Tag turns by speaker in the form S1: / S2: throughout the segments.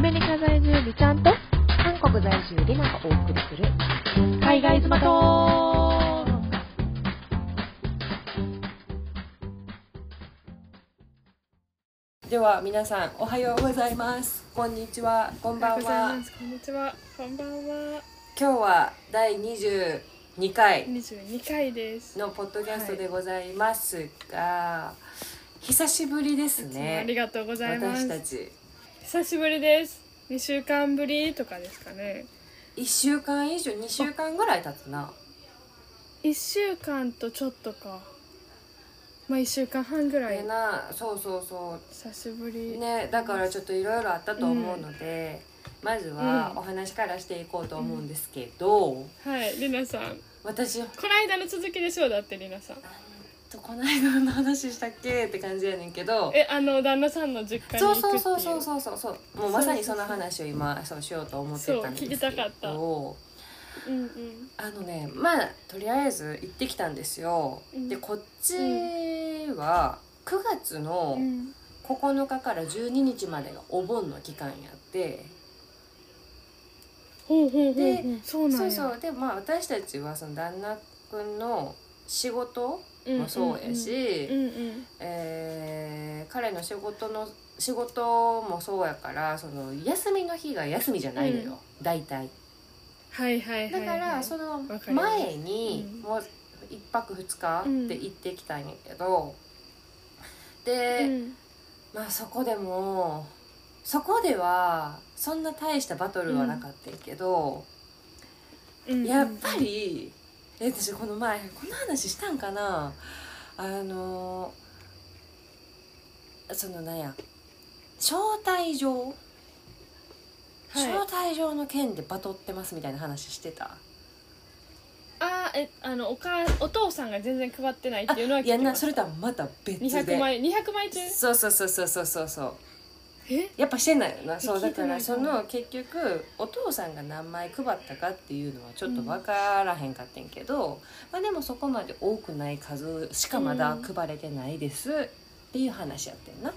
S1: メリカ在住美ちゃんと
S2: 韓国在住リナがお送りする
S1: 海外妻と
S2: では皆さんおはようございますこんにちはこんばんは
S1: こんにちはこんばんは
S2: 今日は第22回
S1: 22回です、
S2: のポッドキャストでございますが、久しぶりです
S1: あり
S2: ね
S1: がとうございま
S2: 私た
S1: す
S2: ち
S1: 久しぶりです2週間ぶりとかですかね
S2: 1週間以上2週間ぐらい経つな
S1: 1週間とちょっとかまあ1週間半ぐら
S2: で
S1: い
S2: なそうそうそ
S1: 久しぶり、
S2: うねだからちょっといろいろあったと思うので、まずは
S1: うん
S2: お話からしていこうと思うんですけど、
S1: はいりなさん
S2: 私
S1: この間の続きでしょうだってりなさん
S2: とこの間の話したっけって感じやねんけど
S1: えあの旦那さんの実家に
S2: そ
S1: 行
S2: う
S1: くっていう
S2: そ
S1: う
S2: そうそうそうそうそうもうまさにその話を今そうしようと思ってたんですけど
S1: そう聞きたかったうんうん
S2: あのねまあとりあえず行ってきたんですよ、
S1: うん
S2: でこっちは9月の
S1: うん
S2: 9日から12日までがお盆の期間やって、
S1: ほうほうほうほう
S2: で
S1: そうなん
S2: そ
S1: や
S2: うそうでまあ私たちはその旦那くんの仕事
S1: んん
S2: もそうやし、
S1: うんうん
S2: えー彼の仕事の仕事もそうやからその休みの日が休みじゃないのよ、大体
S1: はいはいは
S2: だ
S1: い
S2: か
S1: は
S2: ら
S1: い
S2: その
S1: わかります
S2: 前に
S1: うん
S2: もう1泊2日で行ってきたんやけど、
S1: う
S2: で、
S1: ん
S2: まあそこでもそこではそんな大したバトルはなかったんやけど、
S1: うんうん
S2: やっぱりえ私この前この話したんかなあのそのなんや招待
S1: は
S2: 状、
S1: い
S2: 招待状の件でバトってますみたいな話してた
S1: あーえあのおかお父さんが全然配ってないっていうのは聞
S2: いや
S1: きま
S2: な
S1: し
S2: そ
S1: た
S2: れとはまた別で
S1: 200枚200枚中
S2: そうそうそうそうそうそうそう
S1: え
S2: やっぱしてないよなそう
S1: 聞
S2: だ
S1: いて
S2: か
S1: な
S2: ら
S1: い
S2: そ
S1: かも
S2: の結局お父さんが何枚配ったかっていうのはちょっと分からへんかってんけど、まあ、でもそこまで多くない数しかまだ配れてないですっていう話やってんな。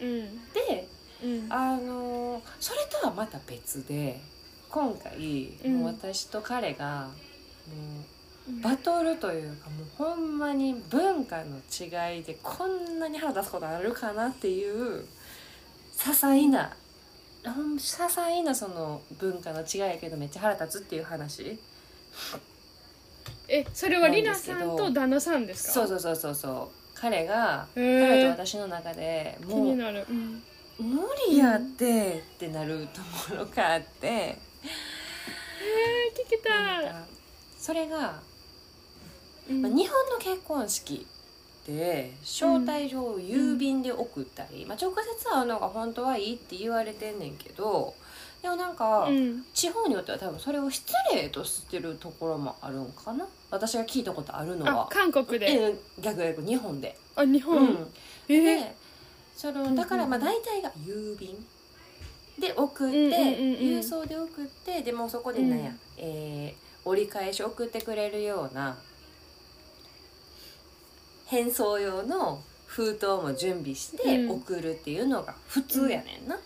S1: うん
S2: で
S1: うん
S2: あのーそれとはまた別で今回
S1: うん
S2: もう私と彼が、も
S1: うん
S2: うバトルというかもうほんまに文化の違いでこんなに腹立つことあるかなっていう些細なほん些細なその文化の違いやけどめっちゃ腹立つっていう話
S1: えそれはりなさ
S2: なん
S1: ん
S2: ですけ
S1: と
S2: ど
S1: 旦那さんですか
S2: そうそうそうそうそう彼が
S1: へ
S2: 彼と
S1: ー
S2: 私の中で
S1: 気
S2: もう
S1: になるうん
S2: 無理やってってなるところがあって。
S1: えー聞きたい
S2: なんかそれが、
S1: うん
S2: まあ、日本の結婚式で招待状を郵便で送ったり、まあ、直接会うのが本当はいいって言われてんねんけどでもなんか、
S1: うん
S2: 地方によっては多分それを失礼としてるところもあるんかな私が聞いたことあるの
S1: あ
S2: は
S1: 韓国で
S2: え逆逆日本で。
S1: あ日
S2: う
S1: 本
S2: ん
S1: えー
S2: でそのだからまあ
S1: うんうん
S2: 大体が郵便で送って、
S1: うんうんうんうん
S2: 郵送で送ってでもうそこでなん
S1: う
S2: や、
S1: ん
S2: えー折り返し送ってくれるような返送用の封筒も準備して
S1: うん
S2: 送るっていうのが普通やねんな。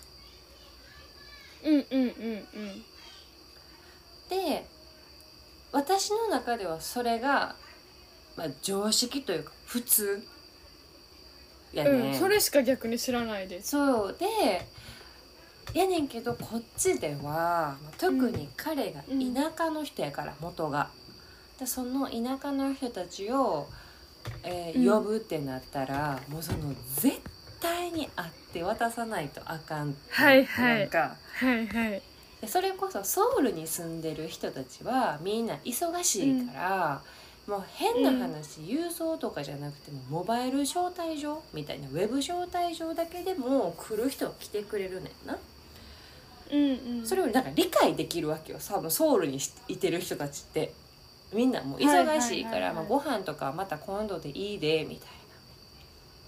S1: うんうんうんうん
S2: で私の中ではそれが、まあ、常識というか普通やねん。
S1: うんそれしか逆に知らないです
S2: そうでやねんけどこっちでは特に彼が田舎の人やから、元がでその田舎の人たちを、え
S1: う
S2: ー
S1: ん
S2: 呼ぶってなったら、もうその絶対に会って渡さないとあかん
S1: はいはい
S2: なんか
S1: はいはい
S2: でそれこそソウルに住んでる人たちはみんな忙しいから、もう変な話、郵送とかじゃなくてもモバイル招待状みたいなウェブ招待状だけでも来る人は来てくれるねんな、
S1: うんうん
S2: それをなんか理解できるわけよ多分ソウルにいてる人たちってみんなもう
S1: はいはいは
S2: 忙
S1: いはい
S2: しいから、まあ、ご飯とかはまた今度でいいでみたいな。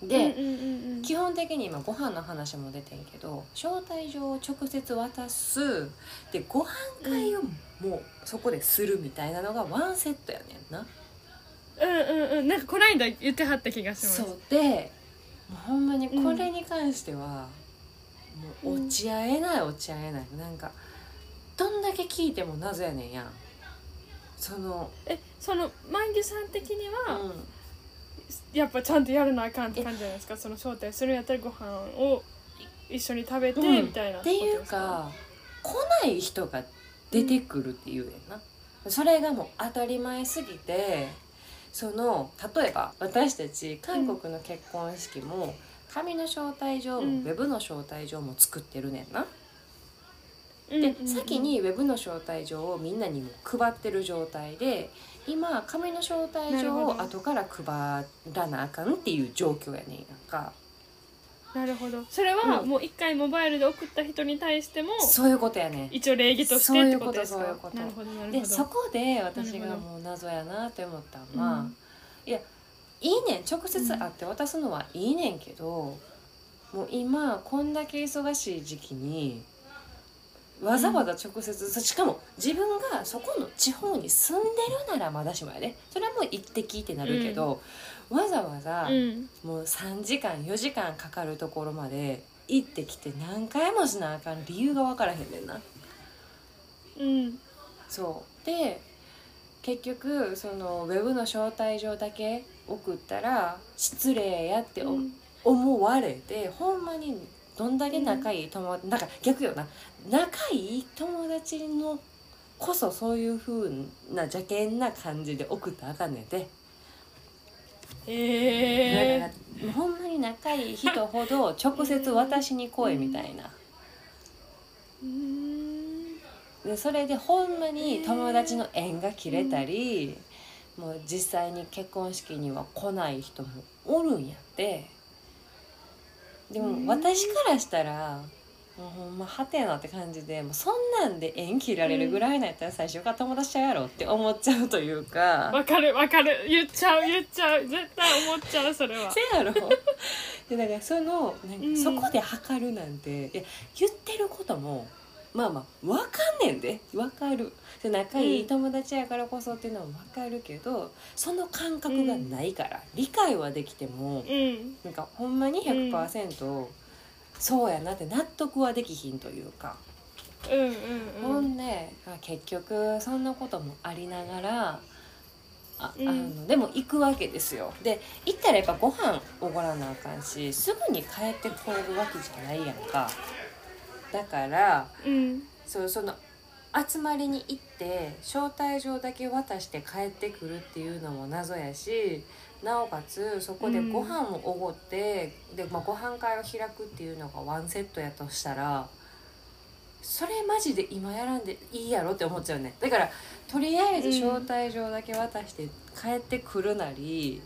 S2: で、
S1: うんうんうんうん
S2: 基本的に今ご飯の話も出てんけど招待状を直接渡すでご飯会をもうそこでするみたいなのがワンセットやねんな、
S1: うんうんうんなんかこないだ言ってはった気がします
S2: そうでもうほんまにこれに関しては、もう落ち合えない落ち合えないなんかどんだけ聞いても謎やねんやんその、
S1: えその万牛さん的に
S2: う
S1: は、
S2: ん
S1: やっぱちゃんとやるなあかんって感じじゃないですかその招待するんやったらご飯を一緒に食べて、
S2: うん
S1: みたいな
S2: っ
S1: こ
S2: て
S1: と
S2: い
S1: で
S2: う
S1: すか
S2: か来ない人が出てくるっていうねんな、それがもう当たり前すぎてその例えば私たち韓国の結婚式も紙の招待状も
S1: うん
S2: ウェブの招待状も作ってるねんな、
S1: うん
S2: で、
S1: うんうん
S2: 先にウェブの招待状をみんなにも配ってる状態で今紙の招待状を
S1: なるほ
S2: 後から配らなあかんっていう状況やねんやんか
S1: なるほどそれは
S2: うん
S1: もう一回モバイルで送った人に対しても
S2: そういうことやねん
S1: 一応礼儀としてってことですか
S2: そういうことそう
S1: な
S2: い
S1: る
S2: う
S1: ほ
S2: こ
S1: どなるほ
S2: で
S1: ど
S2: そこで私
S1: な
S2: が
S1: るほど
S2: もう謎やなって思った
S1: うん
S2: のは、いやいいねん直接会って渡すのはいいねんけど、もう今こんだけ忙しい時期にわざわざ直接、しかも自分がそこの地方に住んでるならまだしもやねそれはもう行ってきってなるけど、わざわざ
S1: うん
S2: もう3時間4時間かかるところまで行ってきて何回もしなあかん理由が分からへんねんな。
S1: うん
S2: そうで結局そのウェブの招待状だけ送ったら失礼やってお
S1: うん
S2: 思われて、ほんまにどんだけ仲いい友達、なんか逆よな仲いい友達のこそそういう風な邪険な感じで送ったらあかんねんて、
S1: え
S2: だ
S1: ー
S2: からほんまに仲いい人ほど直接私に来いみたいな。
S1: うーん
S2: でそれでほんまに友達の縁が切れたり、もう実際に結婚式には来ない人もおるんやってで
S1: う
S2: も
S1: ん
S2: 私からしたらもうほんまはてなって感じでもうそんなんで縁切られるぐらいなんやったら最初から友達ちゃうやろって思っちゃうというか。
S1: わかるわかる言っちゃう言っちゃう絶対思っちゃうそれは
S2: せやろ でだからそのなん
S1: うん
S2: かそこで測るなんて、いや言ってることもまあまあ分かんねんで分かるで仲いい友達やからこそっていうのは分かるけどその感覚がないから、理解はできても
S1: うん
S2: なんかほんまに100%、そうやなって納得はできひんというか。
S1: うんうん
S2: ほ
S1: うん
S2: んであ結局そんなこともありながらあ、
S1: うん
S2: あのでも行くわけですよで行ったらやっぱご飯おごらなあかんしすぐに帰ってこれるわけじゃないやんかだから
S1: うん
S2: そうその集まりに行って招待状だけ渡して帰ってくるっていうのも謎やしなおかつそこでご飯もおごって、でまあ、ご飯会を開くっていうのがワンセットやとしたらそれマジで今やらんでいいやろって思っちゃうねだからとりあえず招待状だけ渡して帰ってくるなり。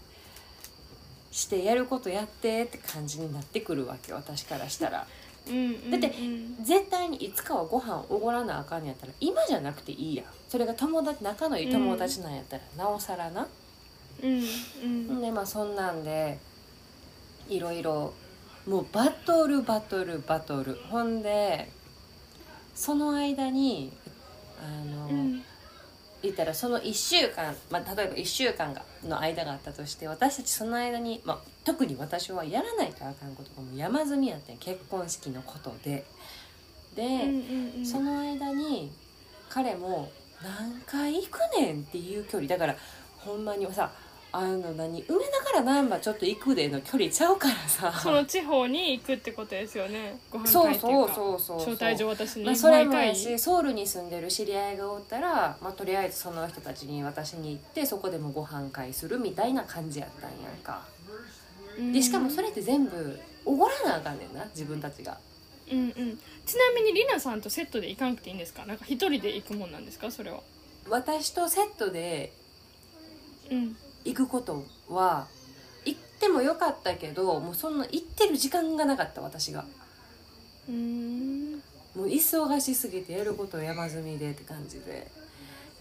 S2: してやることやってって感じになってくるわけ私からしたら
S1: うんうん
S2: だって
S1: うん
S2: 絶対にいつかはご飯おごらなあかんのやったら今じゃなくていいやんそれが友達仲のいい友達なんやったら、なおさらな、
S1: うんうん
S2: でまあそんなんでいろいろもうバトルバトルバトルほんでその間にあの、
S1: うん
S2: 言ったらその1週間、まあ、例えば1週間がの間があったとして私たちその間に、まあ、特に私はやらないとあかんことがもう山積みやってん結婚式のことで。で、
S1: うんうん
S2: その間に彼も「何回行くねん」っていう距離だからほんまにさあの何梅田から難波ちょっと行くでの距離ちゃうからさ
S1: その地方に行くってことですよねご飯
S2: そう
S1: 会ってい
S2: そうう
S1: か
S2: そうそう
S1: 招待状私に
S2: まあ、それ
S1: 毎
S2: もや
S1: 回
S2: しソウルに住んでる知り合いがおったら、まあ、とりあえずその人たちに私に行ってそこでもご飯会するみたいな感じやったんやんかでしかもそれって全部おごらなあかんねんな自分たちが
S1: うんうんちなみにりなさんとセットで行かなくていいんですかなんか一人で行くもんなんですかそれは
S2: 私とセットで
S1: うん
S2: 行くことは行ってもよかったけどもうそんな行ってる時間がなかった私が
S1: うーん
S2: もう忙しすぎてやること山積みでって感じで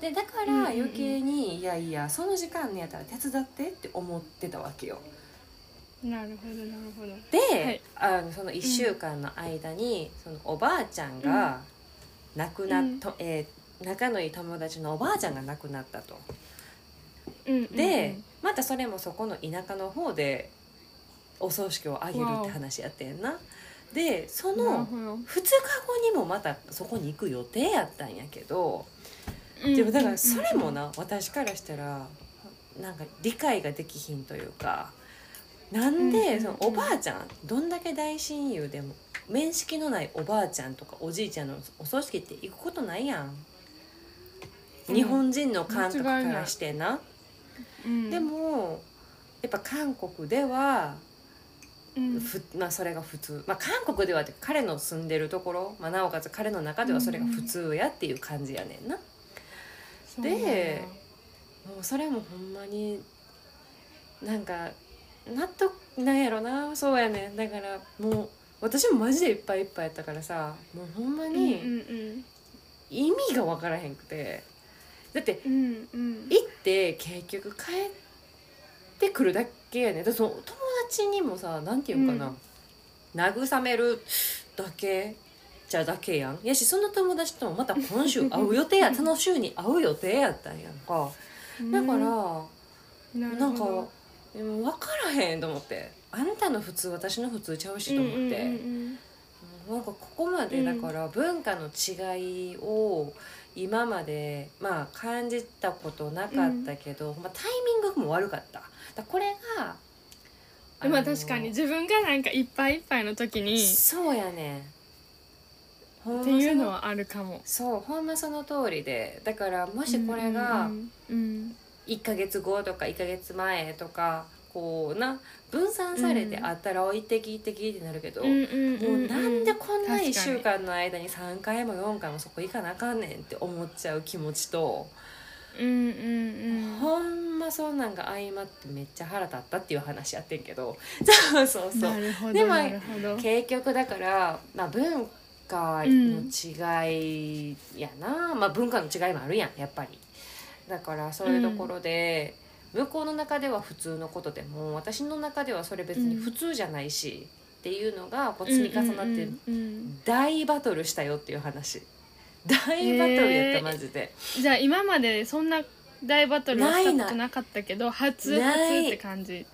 S2: でだか
S1: うんうんうん
S2: ら余計に、いやいやその時間にやったら手伝ってって思ってたわけよ
S1: なるほどなるほど
S2: で、
S1: い
S2: あのその1週間の間に、そのおばあちゃんが亡くなっ
S1: うん
S2: と、えー仲のいい友達のおばあちゃんが亡くなったと
S1: うんうんうん
S2: で、またそれもそこの田舎の方でお葬式をあげるっ
S1: わお
S2: て話やってんな。でそ
S1: なる
S2: の
S1: ほど
S2: 2日後にもまたそこに行く予定やったんやけどでもだからそれもな私からしたらなんか理解ができひんというかなん
S1: うんうんう
S2: で
S1: ん
S2: そのおばあちゃんどんだけ大親友でも面識のないおばあちゃんとかおじいちゃんのお葬式って行くことないやん。
S1: うん
S2: 日本人の感覚か
S1: 間違いな
S2: ら
S1: い
S2: してな。
S1: うん
S2: でもやっぱ韓国では
S1: うん
S2: ふ、まあ、それが普通、まあ、韓国ではって彼の住んでるところ、まあ、なおかつ彼の中ではそれが普通やっていう感じやねんな。
S1: そうなんや
S2: でもうそれもほんまになんか納得なんやろなそうやねんだからもう私もマジでいっぱいいっぱいやったからさもうほんま
S1: うんう
S2: に
S1: ん
S2: 意味が分からへんくてだって
S1: うんうん
S2: 行って結局帰ってくるだけやねだからその友達にもさなんていうんかな、慰めるだけじゃだけやんやしその友達ともまた今週会う予定やその週に会う予定やったんやんか
S1: うん
S2: だから、
S1: なる
S2: なんか
S1: ほど
S2: でも分からへんと思ってあんたの普通私の普通ちゃうしと思って、
S1: うんうん
S2: なんかここまでだから文化の違いを今まで、まあ、感じたことなかったけど、まあ、タイミングも悪かっただからこれが
S1: うんまあ確かに自分がなんかいっぱいいっぱいの時に
S2: いい
S1: っ
S2: そうやねほんま
S1: ていうのはあるかも
S2: そのそうほんまその通りでだからもしこれが、
S1: うんうん
S2: 1ヶ月後とか1ヶ月前とかこうな分散されて
S1: うん
S2: あったら「おいってきいってき」ってなるけど、
S1: うんうん
S2: もうなんでこん
S1: 確
S2: な
S1: かに
S2: 1週間の間に3回も4回もそこ行かなあかんねんって思っちゃう気持ちと、
S1: うんうんうん
S2: ほんまそんなんが相まってめっちゃ腹立ったっていう話やってん けどそうそうそ
S1: な
S2: う
S1: るほど
S2: でも
S1: なるほど
S2: 結局だから、まあ、文化の違いやな、まあ、文化の違いもあるやんやっぱりだからそういうところで、向こうの中では普通のことでも私の中ではそれ別に普通じゃないし、っていうのがこう積み重なって、
S1: うんうんうん
S2: 大バトルしたよっていう話大バトルやった、
S1: えー
S2: マジで
S1: じゃあ今までそんな大バトルはしたことなかったけど初
S2: ない
S1: 初って感じ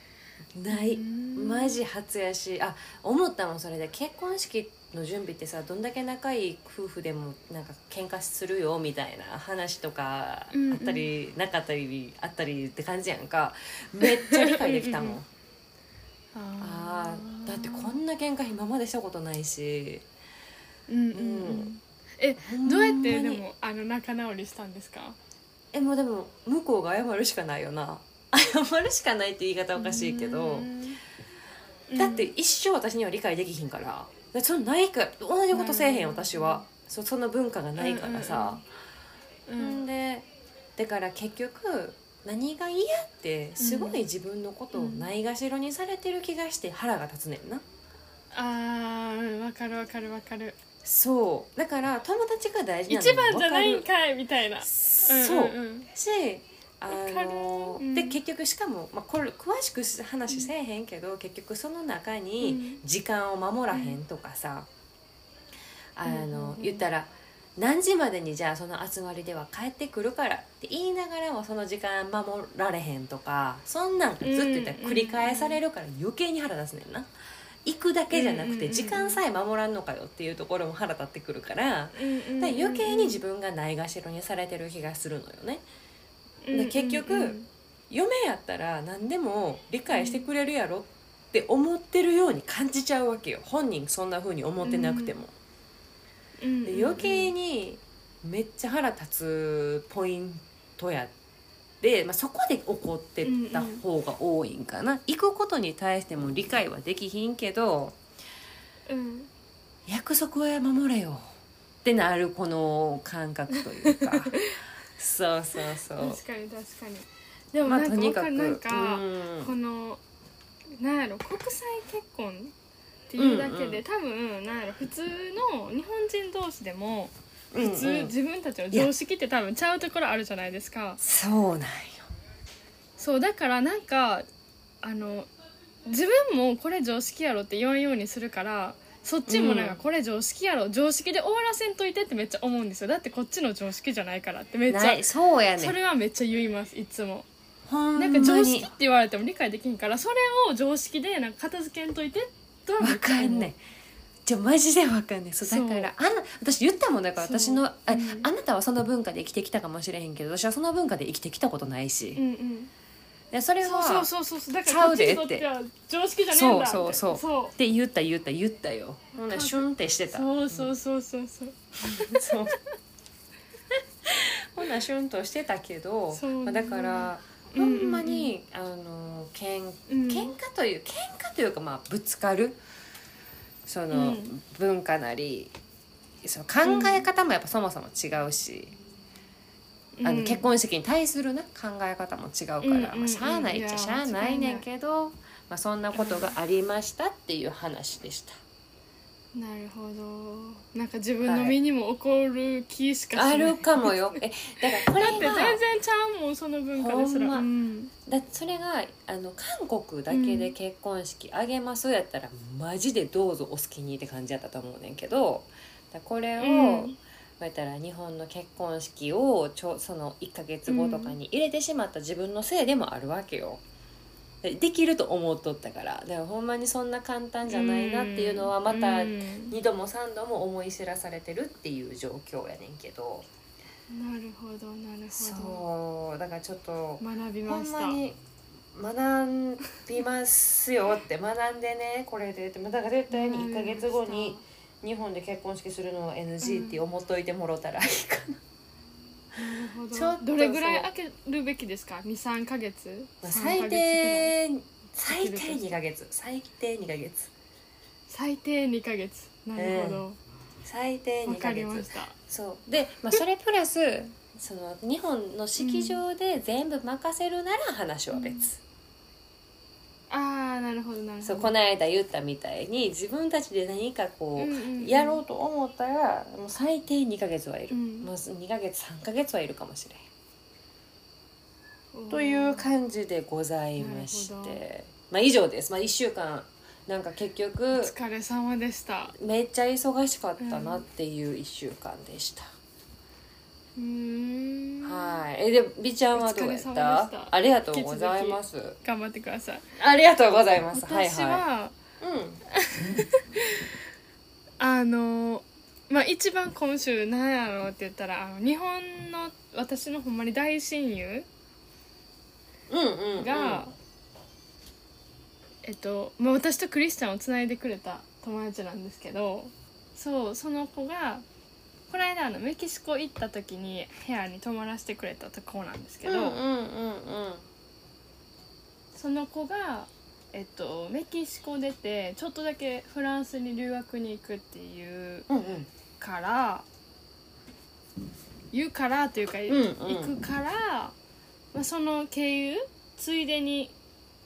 S2: ないマ
S1: マ
S2: ジ初やしあ思ったもんそれで結婚式の準備ってさどんだけ仲いい夫婦でもなんか喧嘩するよみたいな話とかあ
S1: うんうん
S2: ったり、なかったりあったりって感じやんかめっちゃ理解できたもん
S1: うんうん
S2: あーだってこ
S1: なん
S2: な喧嘩今までしたことないし
S1: うんうんうん
S2: うん
S1: え
S2: ほん
S1: どう
S2: ま
S1: やっ
S2: に
S1: てでもあの仲直りしたんですか
S2: えもうでも向こうが謝るしかないよな謝るしかないって言い方おかしいけど、
S1: うん
S2: だって一生私には理解できひんからだってそのないから同じことせえへん
S1: うん
S2: 私はそその文化がないからさ、
S1: うんんうん
S2: でだから結局何が嫌ってすごい自分のことをないがしろにされてる気がして腹が立つねんな、
S1: あーわかるわかるわかる
S2: そうだから友達が大事なの
S1: 一番じゃない
S2: わ
S1: ん
S2: か
S1: かいみたいな
S2: る
S1: ん
S2: そうん
S1: ん
S2: しあの
S1: わかるうん
S2: で結局しかも、まあ、これ詳しく話せえへんけど、結局その中に時間を守らへんとかさ、あ
S1: うんうん
S2: の
S1: うん
S2: 言ったら何時までにじゃあその集まりでは帰ってくるからって言いながらもその時間守られへんとかそんなんずっと言ったら繰り返されるから余計に腹立つねんな。行くだけじゃなく
S1: うんうんうん
S2: て
S1: うん
S2: 時間さえ守らんのかよっていうところも腹立ってくるから
S1: うんうんうん
S2: だから余計に自分がないがしろにされてる気がするのよね。
S1: うんうん
S2: 結局
S1: うん
S2: 嫁やったら何でも理解してくれるやろって思ってるように感じちゃうわけよ本人そんな風に思ってなくても、
S1: うん
S2: で余計にめっちゃ腹立つポイントやで、まあ、そこで怒ってた方が多いんかな、行くことに対しても理解はできひんけど
S1: うん
S2: 約束は守れよってなるこの感覚という かそうそうそう
S1: 確かに確かにでも
S2: まあ
S1: なん
S2: と
S1: か
S2: に
S1: わ
S2: か
S1: か
S2: く
S1: るなんか
S2: うん
S1: このなんやろ国際結婚っていうだけ
S2: うんう
S1: で
S2: ん
S1: 多分なんやろ普通の日本人同士でも
S2: うんう
S1: 普
S2: ん
S1: 通自分たちの常識って多分ちゃうところあるじゃないですか
S2: そうなんよ
S1: そうだからなんかあの自分もこれ常識やろって言わんようにするからそっちもなんか
S2: うん
S1: これ常識やろ常識で終わらせんといてってめっちゃ思うんですよだってこっちの常識じゃないからってめっちゃ
S2: ないそうやね
S1: そ
S2: ん
S1: れはめっちゃ言いますいつも。
S2: ほん
S1: な
S2: ま
S1: ん
S2: に
S1: か常識って言われても理解できんからそれを常識でなんか片付けんといてとは
S2: わかんねんじゃマジでわかんないそうだからあな私言ったもんだから
S1: そう
S2: 私のあ,、
S1: うん
S2: あなたはその文化で生きてきたかもしれへんけど私はその文化で生きてきたことないし、
S1: うんうん
S2: でそれは
S1: そうそうそうそうそうだか
S2: ち
S1: ら
S2: ゃ
S1: こ
S2: う
S1: っち
S2: で
S1: にと
S2: って
S1: っては常識じゃねえんだ
S2: そうそう
S1: みたいな
S2: って言った言った言ったよほんならシュンってしてた
S1: そうそうそうそうそう
S2: そう ほんならシュンとしてたけど、
S1: そうね
S2: まあだから
S1: うん
S2: ほ
S1: うんうん
S2: んまに、あのけん
S1: うん
S2: 喧嘩という喧嘩というかまあぶつかるその、
S1: うん
S2: 文化なりその考え方もやっぱそもそも違うし、あ
S1: う
S2: の
S1: ん
S2: 結婚式に対するね考え方も違うから、
S1: うんうんうん
S2: まあ、しゃあないっちゃしゃあないねんけど、まあ、そんなことがありましたっていう話でした。
S1: なるほどなんか自分の身にも起こる気しかしな
S2: あ
S1: い、
S2: るかも よ。えだから
S1: だっ
S2: こ
S1: て
S2: れ
S1: 全
S2: が
S1: 然ちゃうもんその文化ですら、
S2: ほんま
S1: うん
S2: だってそれがあの韓国だけで結婚式あげますやったら、マジでどうぞお好きにって感じやったと思うねんけどだこれを、
S1: うん
S2: まあ言ったら日本の結婚式をちょその1ヶ月後とかに入れてしまった自分のせいでもあるわけよ。でできると思っとったからでもほんまにそんな簡単じゃないなっていうのはまた
S1: うん
S2: 2度も3度も思い知らされてるっていう状況やねんけど
S1: なるほどなるほ
S2: そうだからちょっと
S1: ど学び
S2: ほ
S1: ま
S2: ん
S1: し
S2: ま
S1: た
S2: に学びますよって学んでねこれでってだから絶対に1か月後に日本で結婚式するのは NG って思っといてもろたらいいかな、
S1: なるほど
S2: ちょっとそう
S1: どれぐらい開けるべきですか23か月
S2: まあ
S1: 三ヶ
S2: 最
S1: 月ぐらい
S2: 低最低2か月最低2か月
S1: 最低2か月なるほど、
S2: 最低
S1: わ
S2: 2
S1: か
S2: か
S1: りまし
S2: 月
S1: た
S2: そうで、 まあ、それプラスその日本の式場で全部任せるなら話は別。
S1: あーなるほどなるほ
S2: そ
S1: ど
S2: うこの間言ったみたいに自分たちで何かこ
S1: うんうんうん
S2: うやろうと思ったらもう最低2ヶ月はいる、
S1: うん
S2: もう2ヶ月3ヶ月はいるかもしれん、
S1: おー
S2: という感じでございまし
S1: なるほ
S2: てまあ以上です、まあ、1週間なんか結
S1: お
S2: 局
S1: 疲れ様でした
S2: めっちゃ忙しかったなっていう1週間でした、
S1: うーん
S2: はいえで美ちゃんはどうやっ
S1: お疲れ様
S2: た
S1: でした
S2: ありがとうございます
S1: 頑張ってください
S2: ありがとうございますはい
S1: 私は、
S2: はいうん
S1: あのまあ一番今週何やろうって言ったらあの日本の私のほんまに大親友
S2: うんうん
S1: が、えっと、まあ、私とクリスチャンをつないでくれた友達なんですけどそうその子がこの間あのメキシコ行った時に部屋に泊まらせてくれたとこなんですけ
S2: うん
S1: ど、
S2: うんうんうん
S1: その子が、えっと、メキシコ出てちょっとだけフランスに留学に行くっていう
S2: うんうん
S1: から言うからというか、
S2: うんうん
S1: 行くから、まあ、その経由ついでに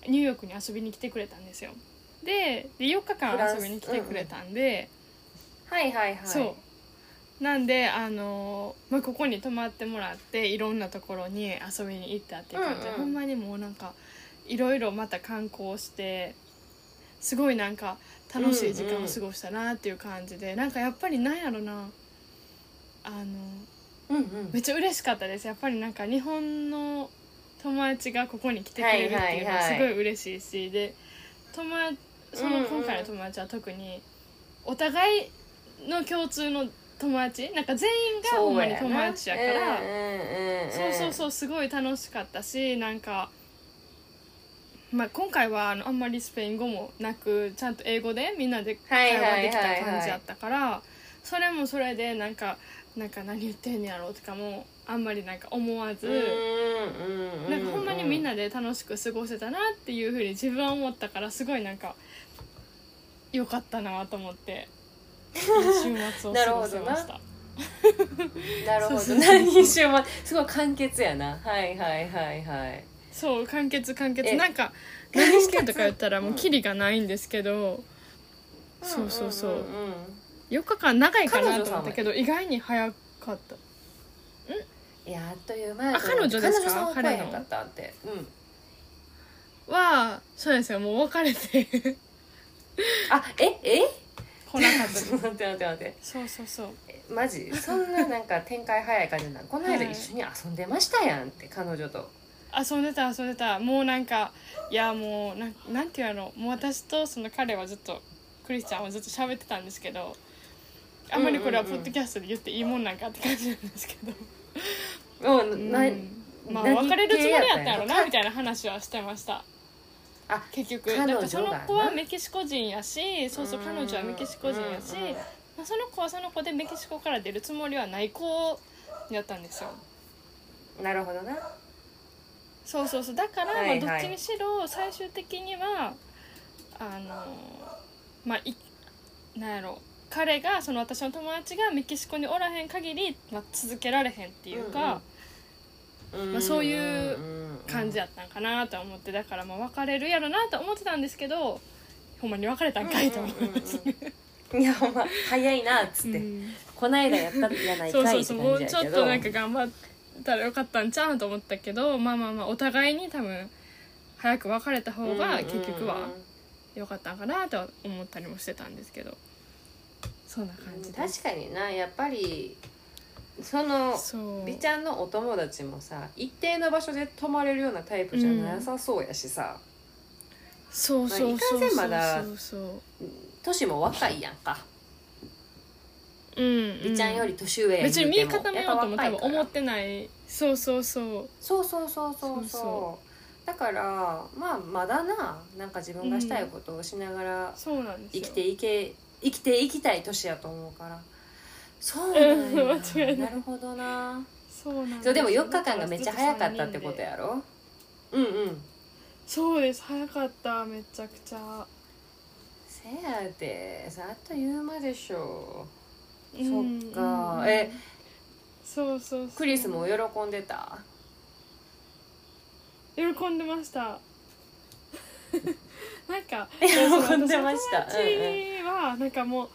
S1: ニューヨークに遊びに来てくれたんですよでで4日
S2: フラ
S1: 間
S2: ン
S1: 遊
S2: ス
S1: びに来てくれたんで、
S2: はいはいはい
S1: そうなんであのー、まあ、ここに泊まってもらっていろんなところに遊びに行ったっていう感じで、
S2: うんうん
S1: ほんまにもうなんかいろいろまた観光してすごいなんか楽しい時間を過ごしたなっていう感じで、なんかやっぱりなんやろなあの
S2: うんうん
S1: めっちゃ嬉しかったですやっぱりなんか日本の友達がここに来てくれるっていうのは
S2: はいはい
S1: す
S2: はい
S1: ごい嬉しいし、で友達そ
S2: うん
S1: の
S2: うん
S1: 今回の友達は特にお互いの共通の友達なんか全員がほんまに友達やからそうそう
S2: う
S1: そうすごい楽しかったしなんか、まあ、今回はあのあんまりスペイン語もなくちゃんと英語でみんなで
S2: はい
S1: 会
S2: はい
S1: 話
S2: はい
S1: できた
S2: はい
S1: 感じやったから、それもそれでなんかなんか何言ってんやろうとかもあんまりなんか思わず、
S2: ん
S1: なんかほんまにみんなで楽しく過ごせたなっていうふうに自分は思ったからすごいなんか良かったなと思って。 週末を過ごせま
S2: なるほど
S1: した。
S2: ななるほ
S1: そうそうそ
S2: ど
S1: う
S2: 何しようすごい簡潔やなはいはいはいはい
S1: そう簡潔簡潔
S2: え
S1: なんか
S2: 簡潔
S1: 何してとか言ったらもううんキリがないんですけど、そうそうそう,、
S2: んんん
S1: 4日間長いか
S2: 彼
S1: な
S2: 女
S1: と
S2: さんは
S1: 思ったけど意外に早かった
S2: いやあっという間やと
S1: あ彼女ですか
S2: 彼女さんは来えへんかったってうん
S1: はそうなんですよもう別れて
S2: あええ
S1: 来なかった
S2: ちょっと待って待って待って
S1: そうそうそう
S2: えマジそんななんか展開早い感じなんこの間
S1: はい
S2: 一緒に遊んでましたやんって彼女と
S1: 遊んでた遊んでたもうなんかいやもうなんなんていうのもう私とその彼はずっとクリスチャンはずっと喋ってたんですけどあんまりこれは
S2: うんう
S1: ポ
S2: んうん
S1: ッドキャストで言っていいもんなんかって感じなんですけど、
S2: うんな
S1: うんまあ
S2: 何
S1: 別れるつもりやったんやろ
S2: 系やったんやろ
S1: なみたいな話はしてました
S2: あ
S1: 結局だ
S2: 彼
S1: っ
S2: 女
S1: て
S2: がな
S1: その子はメキシコ人やしそうそう
S2: うん
S1: 彼女はメキシコ人やし、
S2: うんうん
S1: まあ、その子はその子でメキシコから出るつもりはない子やったんですよ
S2: なるほどな
S1: そうそうそうだから、
S2: はいはい
S1: まあ、どっちにしろ最終的にはあのまあいなんやろ彼がその私の友達がメキシコにおらへん限り、まあ、続けられへんっていうか、まあそういう感じ
S2: や
S1: やったんかなと思ってだからまあ別れるやろなと思ってたんですけどほんまに別れたんかいと思いますね。
S2: いやほんま早いなっつって
S1: うん
S2: こないだやったやない
S1: そう
S2: か
S1: そ
S2: いうって
S1: そうも
S2: 感
S1: う
S2: じ
S1: ち
S2: や
S1: ょ
S2: け
S1: っ
S2: ど
S1: となんか頑張ったらよかったんちゃうと思ったけどまあまあまあお互いに多分早く別れた方が結局は良かったんかなとは思ったりもしてたんですけどそんな感じです
S2: 確かになやっぱりその
S1: そう
S2: 美ちゃんのお友達もさ一定の場所で泊まれるようなタイプじゃなさそうやしさ、
S1: そうそう
S2: まあ
S1: そ
S2: いうかんせん
S1: そ
S2: まだ
S1: うそう
S2: 年も若いやんか
S1: うん
S2: 美ちゃんより年上や
S1: 別に見え固め
S2: め
S1: ようとも多分思っててないそうそうそう
S2: そうそうそうそうそ
S1: そう
S2: う
S1: そ
S2: だからまあまだななんか自分がしたいことをしながら
S1: そうなんです
S2: 生
S1: よ
S2: きていけ生きていきたい年やと思うからそうなんや、
S1: うん間違いない
S2: なるほどな
S1: そうなん
S2: そうでも
S1: すよ
S2: 4日間がめっちゃ早かったってことやろうんうん
S1: そうです早かっためちゃくちゃ
S2: せやてさあっという間でしょ
S1: うん
S2: そっか
S1: うん
S2: え
S1: そうそうそう
S2: クリスも喜んでた
S1: 喜んでました なんか
S2: 喜んでました
S1: 私の友達はなんかも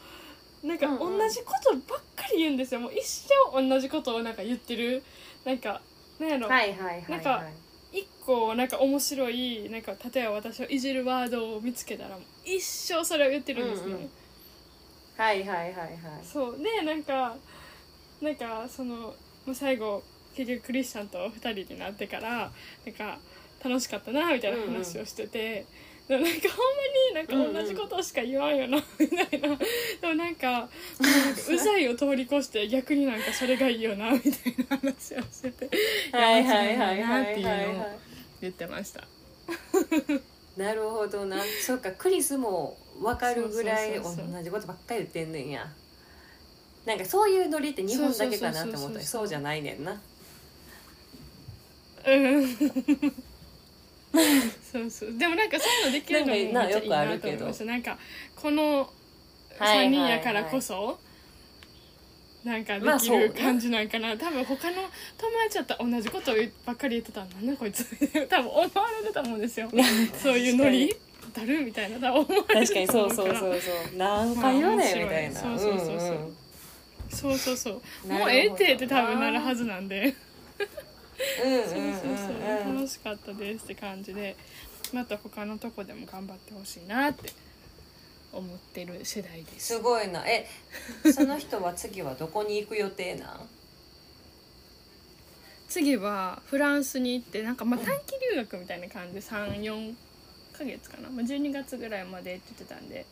S1: うなんか
S2: うん
S1: 同
S2: うん
S1: じことばっかり言うんですよもう一生同じことをなんか言ってるなんかなんやろ、
S2: はいはいはい
S1: なん
S2: は
S1: か
S2: い
S1: 一個なんか面白いなんか例えば私をいじるワードを見つけたらもう一生それを言ってるんですね、
S2: うんうんはいはいはいはい
S1: そうでなんかなんかそのもう最後結局クリスチャンと2人になってからなんか楽しかったなみたいな話をしてて、でもなんかほんまになんか同じことしか言わんよなみたいな、でもなんかもうなんかうざいを通り越して逆になんかそれがいいよなみたいな話をしてて
S2: はいはいはいは
S1: ってい
S2: い
S1: うの
S2: は
S1: を言ってました。
S2: いなるほどなそっかクリスも分かるぐらい
S1: そう
S2: 同
S1: そうそうそう
S2: じことばっかり言ってんねんやなんかそういうノリって日本だけかなって
S1: そうそうそう
S2: 思っ
S1: そ
S2: た
S1: う
S2: りそうじゃないねんな
S1: うんそうそうでもなんかそういうのできるのもめっちゃいいなと思いましたなんかこの
S2: はいはいはい
S1: 3人やからこそなんか
S2: まあ
S1: でき
S2: そうね
S1: る感じなんかな、多分他の友達だったら同じことばっかり言ってたらなんだこい つ多分思われてたもんですよそういうノリだるみたいな多分思われ
S2: 確か
S1: て
S2: に
S1: たと
S2: そ
S1: 思う
S2: う
S1: か
S2: そう
S1: ら
S2: そうそう何回言わねんみたいな
S1: まあ面白いそうそうそうそうん
S2: ん
S1: そうそうそう
S2: なる
S1: も
S2: ほど
S1: うええってって多分なるはずなんで。
S2: うんうん
S1: そう
S2: うん
S1: そうそう、
S2: うん
S1: 楽しかったですって感じでまた他のとこでも頑張ってほしいなって思ってる世代です
S2: すごいなえその人は次はどこに行く予定なん
S1: 次はフランスに行ってなんかまあ短期留学みたいな感じで34ヶ月かな、まあ、12月ぐらいまでって言ってたんで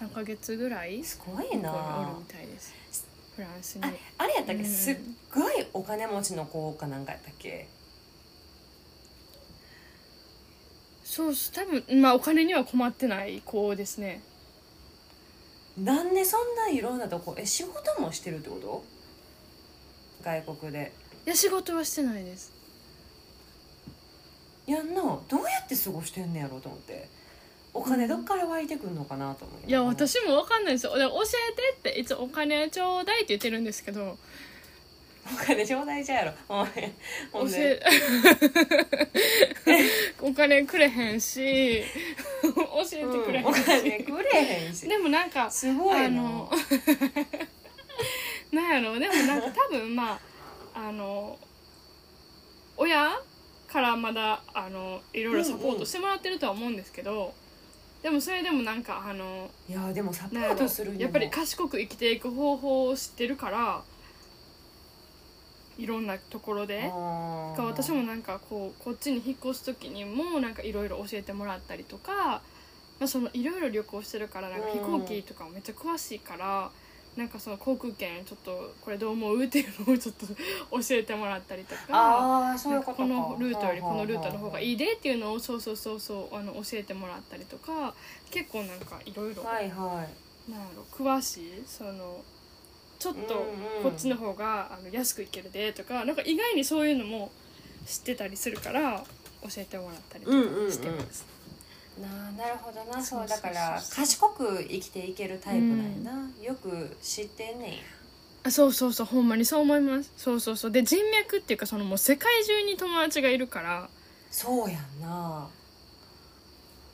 S1: 3ヶ月ぐらい
S2: すごい
S1: ここにお
S2: な
S1: るみたいですフランスに
S2: ああれやったっけ、
S1: うん
S2: すっごいお金持ちの子かなんかやったっけ
S1: そうそう多分まあお金には困ってない子ですね
S2: なんでそんないろんなとこえ仕事もしてるってこと外国で
S1: いや仕事はしてないです
S2: やんなどうやって過ごしてんねやろうと思ってお金どっから湧いてくるのかなと思いながら
S1: いや私もわかんないですよで教えてっていつもお金ちょうだいって言ってるんですけど
S2: お金ちょうだいじゃ やろお前ほ
S1: 教
S2: んで
S1: え お金くれへんし教えてくれへ
S2: うんお
S1: んし、
S2: 金くれへんし
S1: でもなんか
S2: すごいな
S1: あの なんやろうでもなんか多分まああの親からまだあのいろいろサポートしてもらってるとは思うんですけど、でもそれでもなんかあの
S2: いやでもサポ
S1: なんや
S2: ー
S1: ろ
S2: トするにも
S1: やっぱり賢く生きていく方法を知ってるからいろんなところで
S2: あー
S1: か私もなんかこうこっちに引っ越す時にもなんかいろいろ教えてもらったりとかまあ、そのいろいろ旅行してるからなんか飛行機とかもめっちゃ詳しいから、なんかその航空券ちょっとこれどう思うっていうのをちょっと教えてもらったりとか。
S2: ああそうい
S1: な
S2: うんこ
S1: か
S2: とか
S1: このルートよりこのルートの方がい
S2: い
S1: いでっていうのをそうそうそうそうあの教えてもらったりとか結構なんかいろいろ
S2: はいはい
S1: なんやろ詳しいそのちょっと
S2: うんうん
S1: こっちの方があの安く行けるでとかなんか意外にそういうのも知ってたりするから教えてもらったりとかしてます。
S2: なあなるほどなそう
S1: そうそう
S2: だ
S1: そうそう
S2: から賢く生きていけるタイプなんやな、よく知ってんねんや
S1: あそうそうそうほんまにそう思いますそうそうそうで人脈っていうかそのもう世界中に友達がいるから
S2: そうやんな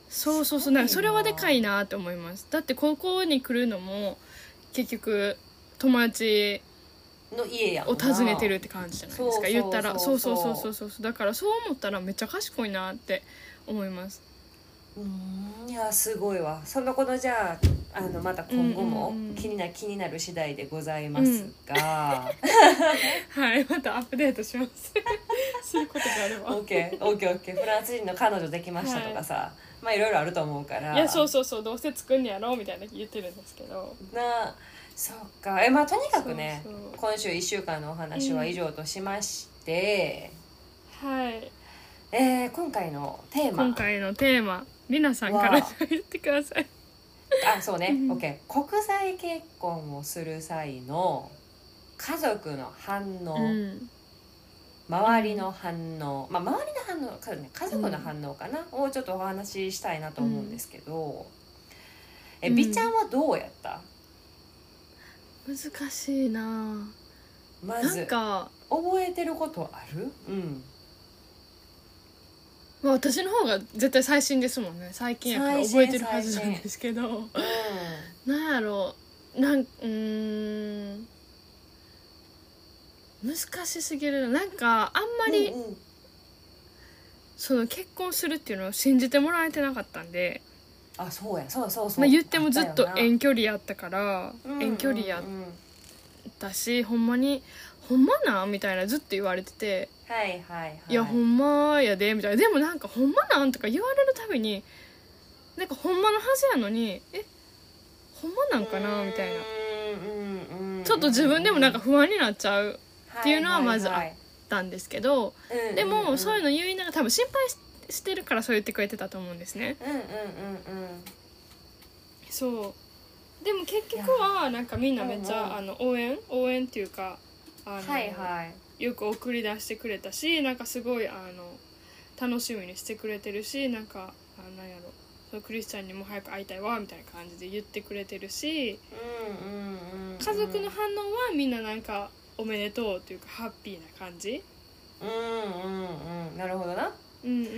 S1: そうそう
S2: す
S1: そ
S2: ご
S1: う
S2: いな
S1: なんかそれはでかいなと思いますだって高校に来るのも結局友達
S2: の家やんな
S1: を訪ねてるって感じじゃないです
S2: そうそう
S1: か言ったら
S2: そ
S1: そうう
S2: そ
S1: そううそうそうそうだからそう思ったらめっちゃ賢いなって思います
S2: うーんいやすごいわその子のじゃああのまた今後も
S1: うんうんうん
S2: 気にな気になる次第でございますが、
S1: はいまたアップデートします することがあれば
S2: オ ッケーオッケーオッケーフランス人の彼女できましたとかさ、まあいろいろあると思うから
S1: いやそうそうそうどうせ作んねやろうみたいな言ってるんですけど
S2: なあそっかえまあとにかくね
S1: そうそう
S2: 今週1週間のお話は以上としまして、
S1: はい
S2: えー今回のテーマ
S1: 今回のテーマりなさんから
S2: わ
S1: 言ってください
S2: あそうね OK 国際結婚をする際の家族の反応、
S1: うん
S2: 周りの反応、まあ、周りの反応かね家族の反応かな、をちょっとお話ししたいなと思うんですけど、え
S1: うん
S2: 美ちゃんはどうやった
S1: 難しいな
S2: ま
S1: な
S2: ず
S1: んか、
S2: 覚えてることある、うん、
S1: まあ、私の方が絶対最新ですもんね最近やから
S2: 最新
S1: 覚えてるはず
S2: 最
S1: な
S2: 新
S1: んですけど
S2: うん
S1: なんやろうなんうーん難しすぎるななんかあんまり、
S2: うんうん
S1: その結婚するっていうのを信じてもらえてなかったんで、
S2: あそうやそうそうそう、
S1: まあ、言ってもずっと
S2: あたよな
S1: 遠距離やったから
S2: うん
S1: 遠距離や
S2: うんうん
S1: ったしほんまに「ほんまなん?」みたいなずっと言われてて
S2: はいはいはい
S1: 「いやほんまやで」みたいなでもなんか「ほんまなん?」とか言われるたびになんかほんまのはずやのに「えほんまなんかな?」みたいな
S2: うんうんうんうん
S1: ちょっと自分でもなんか不安になっちゃうっていうのはまずあ
S2: は
S1: っ
S2: いはい
S1: たんですけど
S2: はい
S1: で
S2: んん
S1: も
S2: ん
S1: そういうの言いながら多分心配ししてるからそう言ってくれてたと思うんですね。
S2: うんうんうんうん
S1: そうでも結局はなんかみんなめっち
S2: うんうん
S1: ゃあの応援応援っていうかあの、
S2: はいはい
S1: よく送り出してくれたしなんかすごいあの楽しみにしてくれてるしなんかあなんやろそうクリスチャンにも早く会いたいわみたいな感じで言ってくれてるし
S2: うんうんうん
S1: 家族の反応はみんななんかおめでとうっていうかハッピーな感じ。
S2: うんうんうんなるほどな
S1: うんうんうんう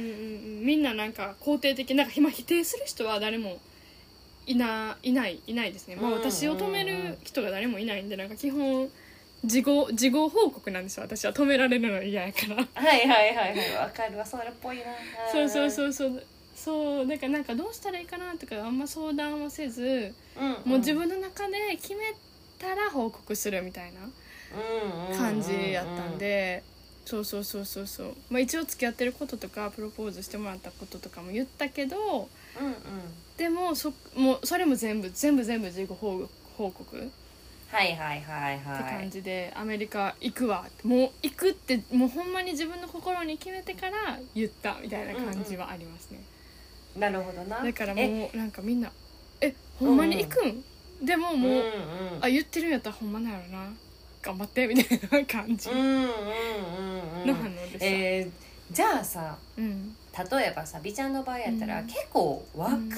S1: んみんななんか肯定的なんか今否定する人は誰もいないないいないですね、まあ、
S2: うんうんうん
S1: 私を止める人が誰もいないんでなんか基本事後事後報告なんですよ私は止められるの嫌やから、
S2: はいはいはいはいわかるわそれっぽいな
S1: そうそう
S2: う
S1: そうそうそうだからなんかどうしたらいいかなとかあんま相談はせず
S2: ん、ん
S1: もう自分の中で決めたら報告するみたいな感じやったん、で、そうそうそうそうそう、まあ、一応付き合ってることとかプロポーズしてもらったこととかも言ったけど
S2: うんうんうん、
S1: でもそもうそれも全部全部全部自己報報告って
S2: はいはいはいはい
S1: 感じで、アメリカ行くわもう行くってもうほんまに自分の心に決めてから言ったみたいな感じはありますね、
S2: なるほどな
S1: だから
S2: え
S1: もうなんかみんな「えほんまに行くんでももう、
S2: うんうん
S1: あ言ってるんやったらほんまなんやろな頑張ってみたいな感じ
S2: うん
S1: の
S2: うんうんう
S1: 反
S2: ん
S1: 応でした、
S2: えー、じゃあさ
S1: うん
S2: 例えばさ美ちゃんの場合やったら、
S1: うん
S2: 結構若
S1: うん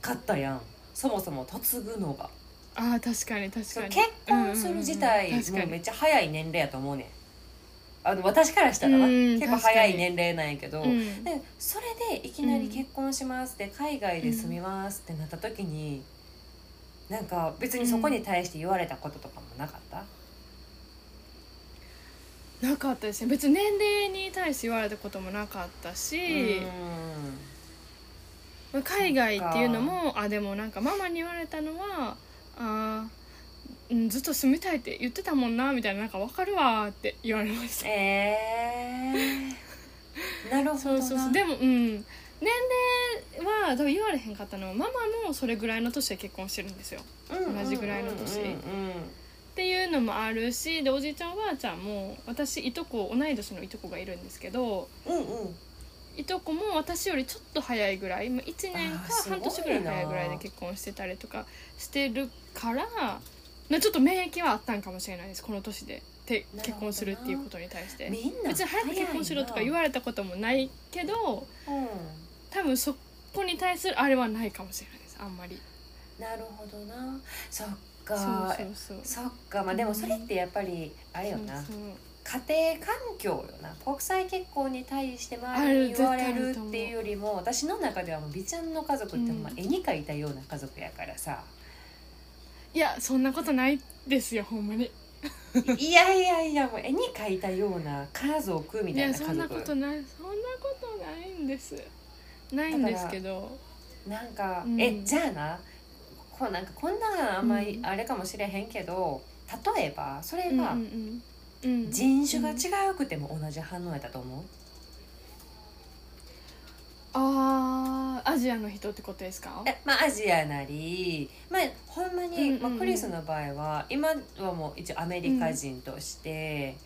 S2: かったやん、そもそも嫁ぐのが
S1: あー確かに確
S2: そ
S1: か
S2: う
S1: に
S2: 結婚する自体、
S1: うんうんうん確か
S2: もう
S1: に
S2: めっちゃ早い年齢やと思うねんあの私からしたらな、
S1: うん
S2: 結構早い
S1: 確か
S2: 年齢なんやけど、
S1: うん
S2: でそれでいきなり結婚しますで海外で住みますってなった時に、なんか別にそこに対して言われたこととかもなかった、
S1: なかったですね別に年齢に対して言われたこともなかったし、まあ海外っていうのもあでもなんかママに言われたのはあーうんずっと住みたいって言ってたもんなみたいななんかわかるわーって言われまし
S2: う
S1: た
S2: んえー、なるほ
S1: そ
S2: ど
S1: う
S2: な
S1: そうそうでもうん年齢は多分言われへんかったのはママもそれぐらいの年で結婚してるんですよ同じぐらいの年
S2: うんう
S1: っ
S2: ん
S1: ていうのもあるしでおじいちゃんおばあちゃんも私いとこ同い年のいとこがいるんですけど
S2: うんうんうん
S1: いとこも私よりちょっと早いぐらいまあ1年
S2: あー
S1: か
S2: すご
S1: 半
S2: いな
S1: 年ぐらい早いぐらいで結婚してたりとかしてるからまあちょっと免疫はあったんかもしれないですこの年でて
S2: なる
S1: 結
S2: ほどな
S1: 婚するっていうことに対して。
S2: みんな
S1: 別に早く結婚しろとか言われたこともないけど
S2: 早いな
S1: 多分そこに対するあれはないかもしれないですあんまり。
S2: うん、なるほどなそっ
S1: そ
S2: か
S1: うそうそう
S2: そっかまあでもそれってやっぱりあれよな
S1: そうそう
S2: 家庭環境よな国際結婚に対して周りに言われるっていうよりも私の中ではもう美ちゃんの家族ってほんま
S1: うん
S2: 絵に描いたような家族やからさ、
S1: いやそんなことないですよほんまに。
S2: いやいやいやもう絵に描いたような家族み
S1: い
S2: たい
S1: や
S2: な家
S1: そ
S2: 族
S1: んなことないそんなことないんですないんですけど
S2: なんか、
S1: うん
S2: えじゃあなこうなんかこんなんあんまり
S1: うん
S2: あれかもしれへんけど、例えばそれ
S1: うんうん
S2: が
S1: うんうん
S2: 人種が違うくても同じ反応やったと思う、
S1: あーアジアの人ってことですか
S2: えまあアジアなり、まあ、ほんまに、
S1: うんうんうん
S2: まあ、クリスの場合は今はもう一応アメリカ人として、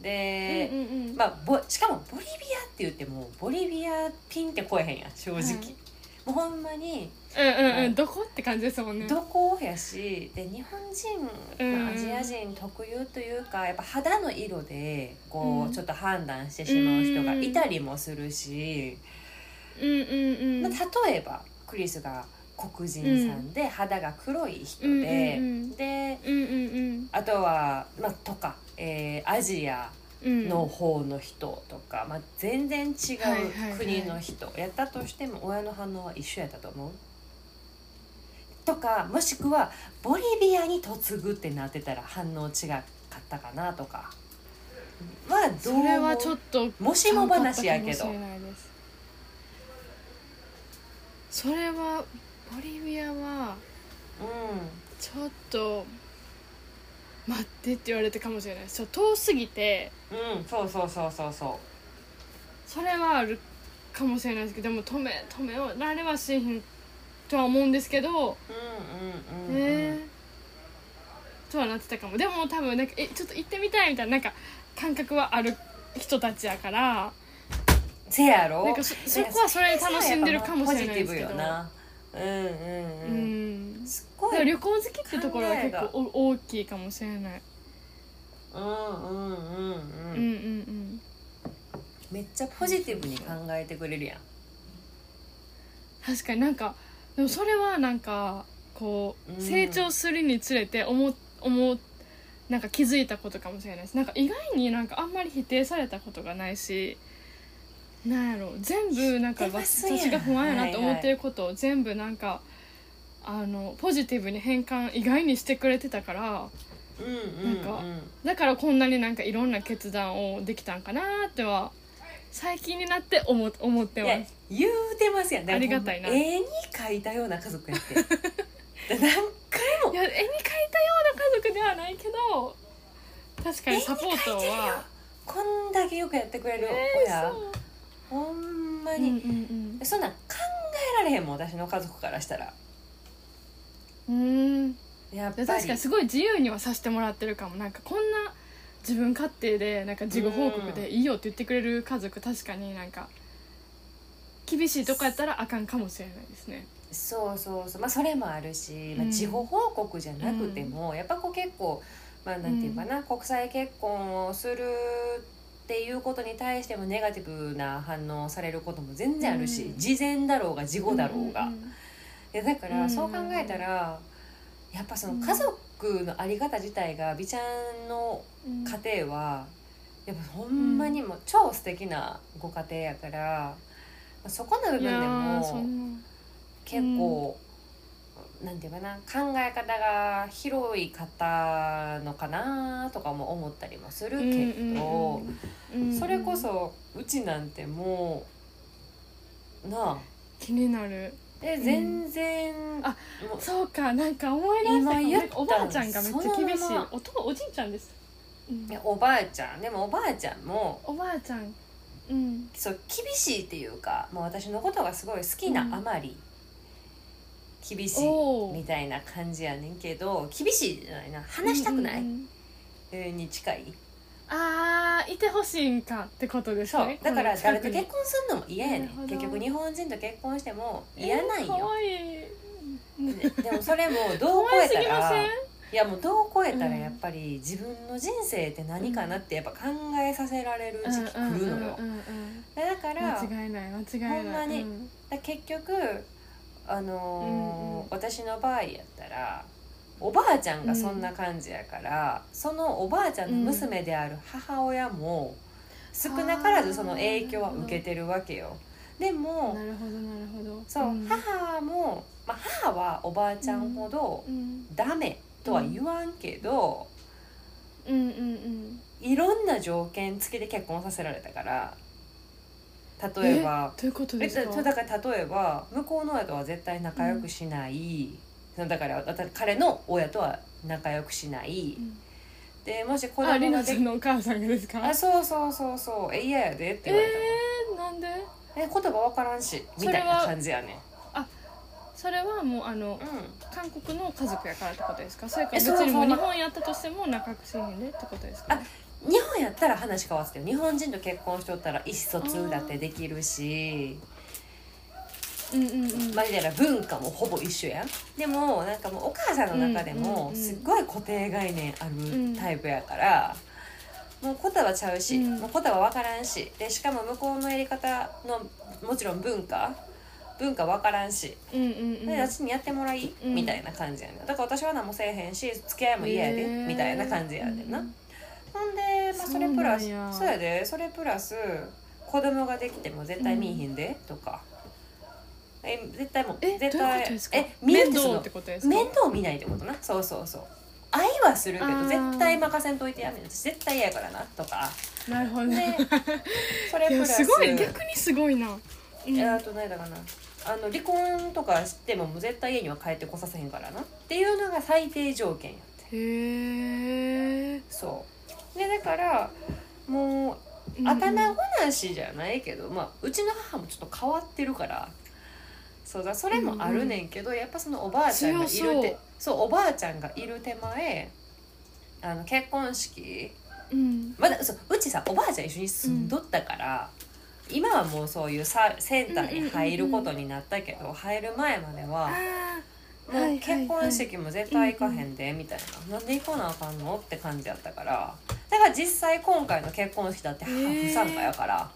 S2: で、
S1: うんうんうん
S2: まあ、ボしかもボリビアって言ってもボリビアピンって来えへんやん正直、
S1: はい
S2: もうほんまに
S1: うんうん
S2: は
S1: う
S2: い
S1: んどこって感じですもんね
S2: どこやしで日本人、
S1: うん
S2: まあアジア人特有というかやっぱ肌の色でこ
S1: う
S2: う、
S1: ん
S2: ちょっと判断してしまう人がいたりもするし、
S1: うんうんうん
S2: まあ、例えばクリスが黒人さんで肌が黒い人で、
S1: うんうんうん
S2: で
S1: うんうんうん
S2: あとは、まあ、とか、えーアジア
S1: うん
S2: の方の人とか、まあ、全然違う
S1: はいはいはい
S2: 国の人やったとしても親の反応は一緒やったと思うとかもしくはボリビアに嫁ぐってなってたら反応違かったかなとかはどう
S1: それはちょっと
S2: もしも話やけ
S1: ちゃ
S2: ど
S1: んとあったかもしれないですそれはボリビアは
S2: う
S1: ちょっと待ってって言われたかもしれないですちょっと遠すぎて
S2: ん、うん、そうそうそうそうそう
S1: それはあるかもしれないですけどでも止め止められはしへんとは思うんですけど、
S2: うん
S1: え
S2: うんうんうん、
S1: えーとはなってたかもでも多分なんかえちょっと行ってみたいみたいななんか感覚はある人たちやから
S2: せやろ
S1: なんかそそこはそれ楽しんでるかもしれないですけど
S2: ポジティブよなうんうん
S1: う
S2: うん、
S1: ん
S2: すっ
S1: だ
S2: ご
S1: か
S2: い
S1: ら旅行好きってところは結
S2: 考えが
S1: 構お大きいかもしれない、
S2: うんうんうん
S1: う、
S2: うん
S1: うん
S2: ん
S1: うん
S2: めっちゃポジティブに考えてくれるやん
S1: 確かになんかでもそれはなんかこう、
S2: うん
S1: 成長するにつれて思思うなんか気づいたことかもしれないですなんか意外になんかあんまり否定されたことがないしなんやろ全部なんか
S2: 知ってますやん
S1: 私が不安やなと
S2: はい
S1: 思
S2: はい
S1: ってることを全部なんか、あのポジティブに変換意外にしてくれてたから
S2: うんう
S1: なん
S2: ん
S1: かだからこんなになんかいろんな決断をできたんかなっては最近になって思思って
S2: い
S1: ま
S2: や
S1: す。
S2: 言うてますやんだか
S1: あ
S2: ら
S1: りがたいな
S2: ほんま絵に描いたような家族やってで何回も
S1: いや絵に描いたような家族ではないけど確かにサポート
S2: 絵に描いてるよ
S1: は
S2: こんだけよくやってくれる
S1: え
S2: 親、
S1: ーそう
S2: ほんま
S1: うん
S2: に、
S1: うん
S2: そんなん考えられへんもん私の家族からしたら
S1: うんうん
S2: やっぱ
S1: で
S2: り
S1: 確かにすごい自由にはさせてもらってるかもなんかこんな自分勝手でなんか事後報告でいいよって言ってくれる家族確かになんか厳しいとこやったらあかんかもしれないですね
S2: そうそうそうまあそれもあるし、まあ、
S1: うん
S2: 事後報告じゃなくても、やっぱこう結構まあなんていうかな、国際結婚をするっていうことに対してもネガティブな反応をされることも全然あるし、
S1: うん
S2: 事前だろうが事後だろうが、
S1: んん
S2: いやだか
S1: う
S2: ら
S1: ん
S2: そう考えたら、やっぱその家族のあり方自体が美ちゃんの
S1: うん
S2: 家庭はやっぱほんまにもう超素敵なご家庭やから、まあそこの部分
S1: い
S2: で
S1: や
S2: も
S1: ーそんな
S2: 結構、なんていうかな考え方が広い方のかなとかも思ったりもするけど、
S1: うんうんうん
S2: それこそうちなんてもうなあ
S1: 気になる
S2: で全然、
S1: んあ
S2: もう
S1: そうかなんか思い出したかも
S2: 今言っ
S1: な
S2: た
S1: んかおばあちゃんがめっちゃ厳し
S2: そ
S1: い
S2: のまま
S1: おとおじいちゃんです、うん
S2: いやおばあちゃんでもおばあちゃんも
S1: おばあちゃんうん
S2: そう厳しいっていうかもう私のことがすごい好きなあまり、厳しい
S1: おー
S2: みたいな感じやねんけど厳しいじゃないな話したくない、
S1: うんうんうん
S2: えーに近い
S1: あーいてほしいんかってことです
S2: そう
S1: ね
S2: だから誰
S1: こ
S2: と
S1: の近くに
S2: 結婚するのも嫌やね
S1: なるほ
S2: ん
S1: ど
S2: 結局日本人と結婚しても嫌なん
S1: えー可
S2: よ、
S1: 愛い
S2: ねでもそれもどう
S1: 可
S2: 超
S1: 愛
S2: え
S1: す
S2: た
S1: ぎま
S2: ら
S1: せん
S2: いやもうどう超えたら
S1: うん
S2: やっぱり自分の人生って何かなってやっぱ考えさせられる時期来るのよ、
S1: うんうんうんうん
S2: でだから
S1: 間違いない間違いない
S2: ほんまに
S1: うん
S2: だ結局あ
S1: うん
S2: の
S1: うん
S2: ー私の場合やったらおばあちゃんがそんな感じやから、そのおばあちゃんの娘である母親も少なからずその影響は受けてるわけよ。でも
S1: なるほどなるほど
S2: そう、
S1: ん
S2: 母も、まあ、母はおばあちゃんほど
S1: うん
S2: ダメとは言わんけど、
S1: うんうん
S2: いろんな条件付きで結婚させられたから
S1: うん
S2: 例えば。
S1: どういうこと
S2: え
S1: です
S2: だ
S1: か
S2: だから例えば向こうの親とは絶対仲良くしない、そのだからだから彼の親とは仲良くしない、
S1: うん
S2: でもし子供
S1: あり
S2: が
S1: な
S2: で
S1: さ
S2: き
S1: んのお母さんがですか
S2: あそうそうそうそうえ嫌やでって
S1: え
S2: 言われた
S1: ー、な
S2: の
S1: んで
S2: え言葉わからんしみ
S1: それは
S2: たいな感じやね
S1: それはもうあの
S2: うん
S1: 韓国の家族やからってことですかそれか
S2: え
S1: 別
S2: そう
S1: にもう
S2: そ
S1: 日
S2: う
S1: 本やったとしても仲良くしへんでってことですか
S2: あ日本やったら話変わってよ日本人と結婚しとったら意思疎通だってできるし
S1: うんうんうん
S2: マジでな文化もほぼ一緒やんでもなんかもうお母さんの中で
S1: うんうん
S2: も
S1: うん
S2: すっごい固定概念あるタイプやから、もう言葉ちゃうし、
S1: うん
S2: もう言葉分からんしでしかも向こうのやり方のもちろん文化文化分からんし、
S1: うんうんうん
S2: で私にやってもらい、
S1: うん
S2: みたいな感じやねんだから私は何もせえへんし付き合いも嫌やで、
S1: へー
S2: みたいな感じやねんな、
S1: うん
S2: ほんで、まあ、それ
S1: そうな
S2: プラ
S1: ん
S2: ス
S1: や
S2: そうやでそれプラス子供ができても絶対見いひんで、とかえ絶対もう
S1: えどういう
S2: 絶
S1: こ
S2: 対
S1: とですか
S2: え見え
S1: 面
S2: てそ
S1: 倒
S2: の
S1: ってことですか
S2: 面倒見ないってことなそうそうそう愛はするけ
S1: あ
S2: ど
S1: ー
S2: 絶対任せんといてやめ私絶対嫌やからな とか
S1: なるほど
S2: で
S1: ね
S2: それ
S1: い
S2: プ
S1: や
S2: ラス
S1: すごい逆にすごいなうん
S2: えあと何だかなあの離婚とかしてももう絶対家には帰ってこさせへんからなっていうのが最低条件やって
S1: へえ
S2: そうでだからもう頭ごなしじゃないけど、まあ、うちの母もちょっと変わってるからそうだそれもあるねんけど、やっぱそのおばあちゃんがいるて
S1: 強そう
S2: そうおばあちゃんがいる手前あの結婚式
S1: うん
S2: まだそううちさおばあちゃん一緒に住んどったから、今はもうそういうさセンターに入ることになったけど、入る前までは。
S1: あーはいはい
S2: も
S1: は
S2: う
S1: い
S2: 結婚式も絶対行かへんでみたいな、なんで行かなあかんのって感じやったからだから実際今回の結婚式だって
S1: へー
S2: 不参加やから、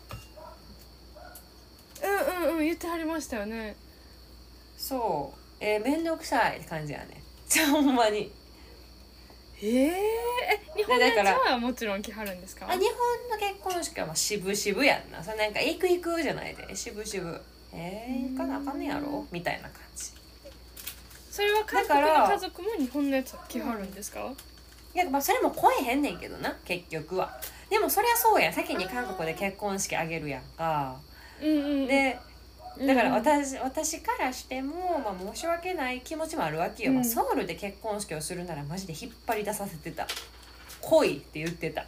S1: ーうんうんうん言ってはりましたよね
S2: そうえー、面倒くさいって感じやね じゃあほんまに
S1: へえ日本の
S2: で
S1: や
S2: だから
S1: つはもちろん来はるんですか
S2: あ日本の結婚式はまあ渋々やんなそれなんか行く行くじゃないで渋々えー、行かなあかんねやろみたいな感じ
S1: それは韓国の家族も日本のやつは来はるんですか
S2: いやまあそれも来えへんねんけどな結局はでもそりゃそうやん先に韓国で結婚式あげるやんか
S1: うんうんうん
S2: で
S1: うん
S2: だから私,、私からしても、まあ、申し訳ない気持ちもあるわけよ、
S1: うん
S2: まあ、ソウルで結婚式をするならマジで引っ張り出させてた「来い」って言ってた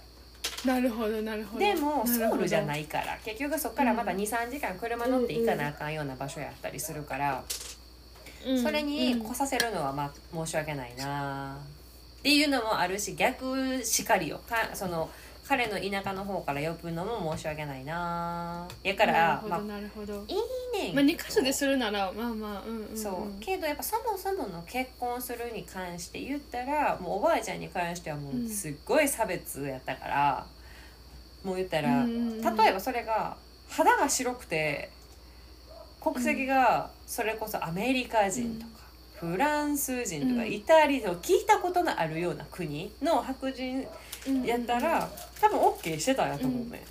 S1: なるほどなるほど
S2: でもソウルじゃないいから結局そこからまた
S1: う
S2: 23時間車乗って行かなあかんような場所やったりするから、それに来させるのはまあ申し訳ないなっていうのもあるし逆しかりよかその彼の田舎の方から呼ぶのも申し訳ないなやからま
S1: な
S2: あ
S1: るほどなるほど
S2: いいねん
S1: まあ2箇所
S2: け
S1: で
S2: ど
S1: するならまあまあうんうんん
S2: そうけどやっぱそもそもの結婚するに関して言ったらもうおばあちゃんに関してはも
S1: うん
S2: うすっごい差別やったから、もう言ったら、
S1: うんうんうん
S2: 例えばそれが肌が白くて国籍がそれこそアメリカ人とか、フランス人とか、
S1: うん
S2: イタリア人を聞いたことのあるような国の白人やったら、多分 OK してたんやと思うね、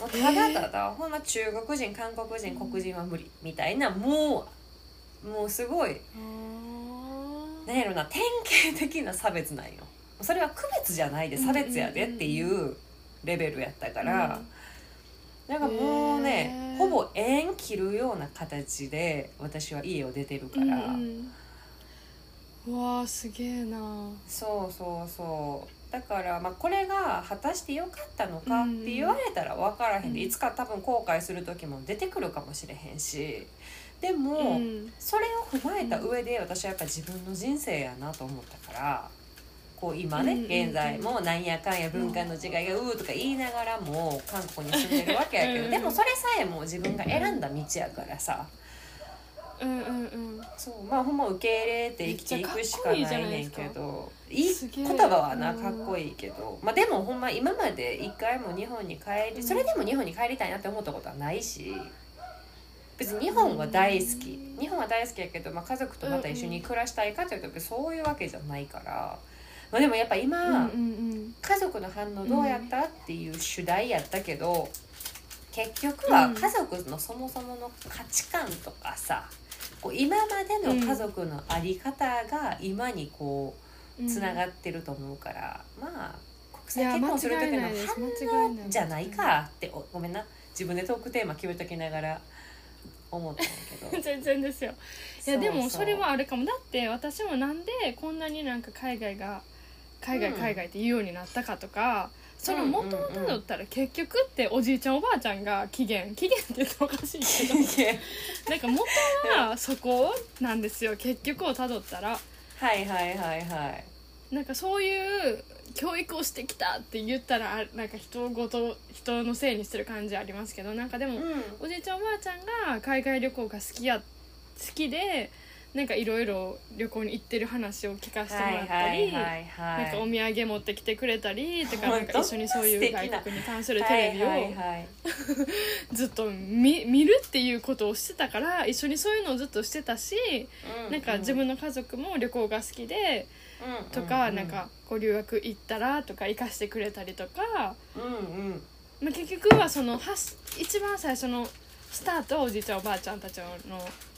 S2: もうただただ、ほんま中国人韓国人黒人は無理みたいなもうもうすごい
S1: あー
S2: なんやろな典型的な差別なんよそれは区別じゃないで差別やでっていうレベルやったから、なんかもうね
S1: へー
S2: ほぼ縁切るような形で私は家を出てるか
S1: うん
S2: ら、
S1: うんうんうわあすげえな
S2: そうそうそうだから、まあ、これが果たして良かったのかって言われたら分からへんで、
S1: うん
S2: いつか多分後悔する時も出てくるかもしれへんしでも、
S1: ん
S2: それを踏まえた上で私はやっぱ自分の人生やなと思ったからこう今ね、
S1: うんうんうん
S2: 現在もなんやかんや文化の違いがうーとか言いながらも韓国に住んでるわけやけど、
S1: うん
S2: でもそれさえもう自分が選んだ道やからさ
S1: うんうんうん
S2: そうまあほんま受け入れて生きていくしかないねんけ
S1: めっちゃかっこいいじゃないです
S2: どいい
S1: すげえ
S2: 言葉はな
S1: うん
S2: かっこいいけど、まあ、でもほんま今まで一回も日本に帰りそれでも日本に帰りたいなって思ったことはないし別に日本は大好き
S1: うん
S2: 日本は大好きやけど、まあ、家族とまた一緒に暮らしたいかというと別にそういうわけじゃないから、まあ、でもやっぱ今、
S1: うんうん
S2: 家族の反応どうやったっていう主題やったけど結局は
S1: うん
S2: 家族のそもそもの価値観とかさこう今までの家族の在り方が今にこ
S1: う
S2: うんつなが
S1: っ
S2: ってると思うから、ま
S1: い
S2: あ国際
S1: や
S2: 結婚する時
S1: 間違いないです
S2: の
S1: 間違い
S2: 反
S1: ない
S2: 応じゃないかっておごめんな自分でトークテーマ決めときながら思ったんだ け ど。
S1: 全然ですよいや
S2: う
S1: で
S2: う
S1: もそれはあるかもだって私もなんでこんなになんか海外が海外
S2: うん
S1: 海外って言うようになったかとか、その元々
S2: うんうんう
S1: だ
S2: ん
S1: ったら結局っておじいちゃんおばあちゃんが期限期限って言ったらおかしいけ どなんか元はそこなんですよ結局をたどったら
S2: はいはいはいはい。
S1: なんかそういう教育をしてきたって言ったらあなんか人ごと人のせいにしてる感じありますけどなんかでも、
S2: うん
S1: おじいちゃんおばあちゃんが海外旅行が好きや好きでなんかいろいろ旅行に行ってる話を聞かせてもらったり、
S2: はいはいはいはい
S1: なんかお土産持ってきてくれたりとか
S2: ほ
S1: なんん
S2: と
S1: か一緒にそうい
S2: 素
S1: う
S2: 敵な
S1: 外国に関するテレビ
S2: はい
S1: を
S2: はいはい
S1: ずっと見見るっていうことをしてたから一緒にそういうのをずっとしてたし
S2: う
S1: なんか自分の家族も旅行が好きでとかなんかこう留学行ったらとか行かしてくれたりとか。
S2: うんうん
S1: まあ、結局はそのはし一番最初のスタートはおじいちゃんおばあちゃんたちの